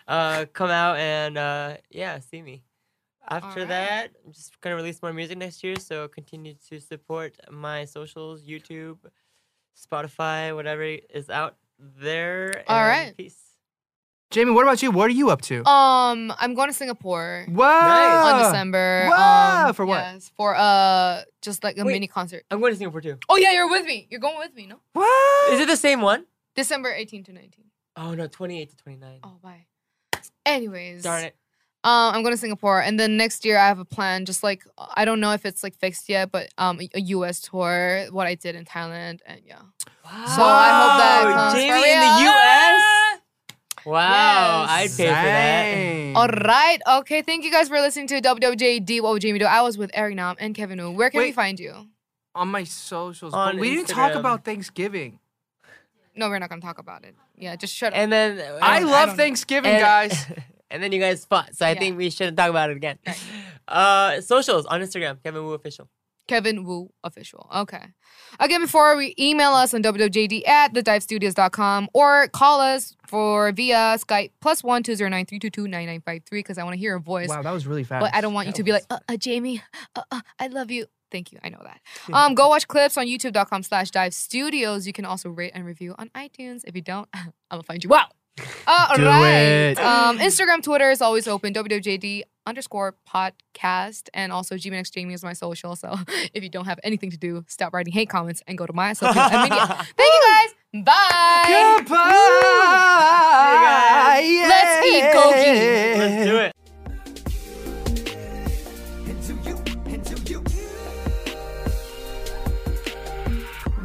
[SPEAKER 3] uh, come out and uh, yeah, see me. After
[SPEAKER 2] Alright.
[SPEAKER 3] that, I'm just gonna release more music next year. So continue to support my socials, YouTube, Spotify, whatever is out there. and
[SPEAKER 2] Alright.
[SPEAKER 3] Peace.
[SPEAKER 4] Jamie, what about you? What are you up to?
[SPEAKER 2] Um, I'm going to Singapore
[SPEAKER 4] Whoa!
[SPEAKER 2] on December.
[SPEAKER 4] Wow,
[SPEAKER 2] um,
[SPEAKER 4] for what?
[SPEAKER 2] Yes, for uh, just like a
[SPEAKER 3] Wait.
[SPEAKER 2] mini concert.
[SPEAKER 3] I'm going to Singapore too.
[SPEAKER 2] Oh yeah, you're with me. You're going with me, no?
[SPEAKER 4] What?
[SPEAKER 3] Is it the same one?
[SPEAKER 2] December 18 to 19.
[SPEAKER 3] Oh no, 28 to 29.
[SPEAKER 2] Oh, bye. Anyways.
[SPEAKER 3] Darn it.
[SPEAKER 2] Um, I'm going to Singapore, and then next year I have a plan. Just like I don't know if it's like fixed yet, but um, a- a U.S. tour, what I did in Thailand, and yeah. So I hope that
[SPEAKER 3] Wow,
[SPEAKER 2] comes
[SPEAKER 3] Jamie
[SPEAKER 2] for
[SPEAKER 3] in the
[SPEAKER 2] real.
[SPEAKER 3] U.S. Wow, I'd
[SPEAKER 2] Yes.
[SPEAKER 3] pay for that.
[SPEAKER 4] Dang.
[SPEAKER 2] All right, okay. Thank you guys for listening to WWJD. What would Jamie do? I was with Eric Nam and Kevin Wu. Where can we
[SPEAKER 4] Wait.
[SPEAKER 2] find you?
[SPEAKER 4] On my socials.
[SPEAKER 3] On
[SPEAKER 4] but we didn't talk
[SPEAKER 3] Instagram.
[SPEAKER 4] about Thanksgiving.
[SPEAKER 2] No, we're not gonna talk about it. Yeah, just shut up.
[SPEAKER 3] And then
[SPEAKER 4] I
[SPEAKER 3] and-
[SPEAKER 4] love
[SPEAKER 2] don't-
[SPEAKER 4] Thanksgiving,
[SPEAKER 3] and-
[SPEAKER 4] guys.
[SPEAKER 3] And then you guys fought, so I
[SPEAKER 2] Yeah.
[SPEAKER 3] think we shouldn't talk about it again.
[SPEAKER 2] Right.
[SPEAKER 3] Uh, socials on Instagram, Kevin Wu official.
[SPEAKER 2] Kevin Wu official. Okay. Again, before we email us on WWJD at thedivestudios.com or call us for via Skype plus one two zero nine three two two nine nine five three because I want to hear a voice.
[SPEAKER 4] Wow, that was really fast.
[SPEAKER 2] But I don't want you
[SPEAKER 4] That
[SPEAKER 2] to be like,
[SPEAKER 4] was-
[SPEAKER 2] uh, uh, Jamie, uh, uh, I love you. Thank you. I know that. Um, go watch clips on youtube.com slash dive studios. You can also rate and review on iTunes. If you don't, I'm going to find you. Wow. All
[SPEAKER 4] Do
[SPEAKER 2] right.
[SPEAKER 4] it.
[SPEAKER 2] Um, Instagram, Twitter is always open. WWJD underscore podcast. And also GMX Jamie is my social. So if you don't have anything to do, stop writing hate comments and go to my social media. Thank you guys. Bye.
[SPEAKER 4] Goodbye.
[SPEAKER 2] Let's eat gogi.
[SPEAKER 3] Let's do it.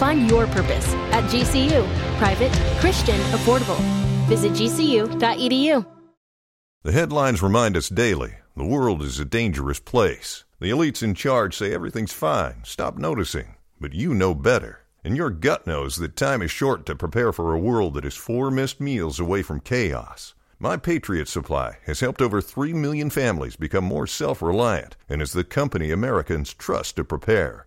[SPEAKER 6] Find your purpose at GCU. Private, Christian, affordable. Visit gcu.edu.
[SPEAKER 7] The headlines remind us daily the world is a dangerous place. The elites in charge say everything's fine, stop noticing. But you know better. And your gut knows that time is short to prepare for a world that is four missed meals away from chaos. My Patriot Supply has helped over 3 million families become more self reliant and is the company Americans trust to prepare.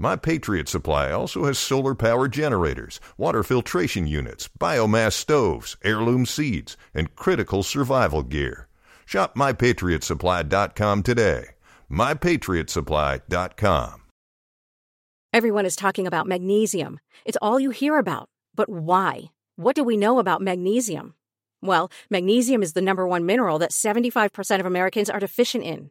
[SPEAKER 7] My Patriot Supply also has solar power generators, water filtration units, biomass stoves, heirloom seeds, and critical survival gear. Shop mypatriotsupply.com today. mypatriotsupply.com.
[SPEAKER 6] Everyone is talking about magnesium. It's all you hear about. But why? What do we know about magnesium? Well, magnesium is the number one mineral that 75% of Americans are deficient in.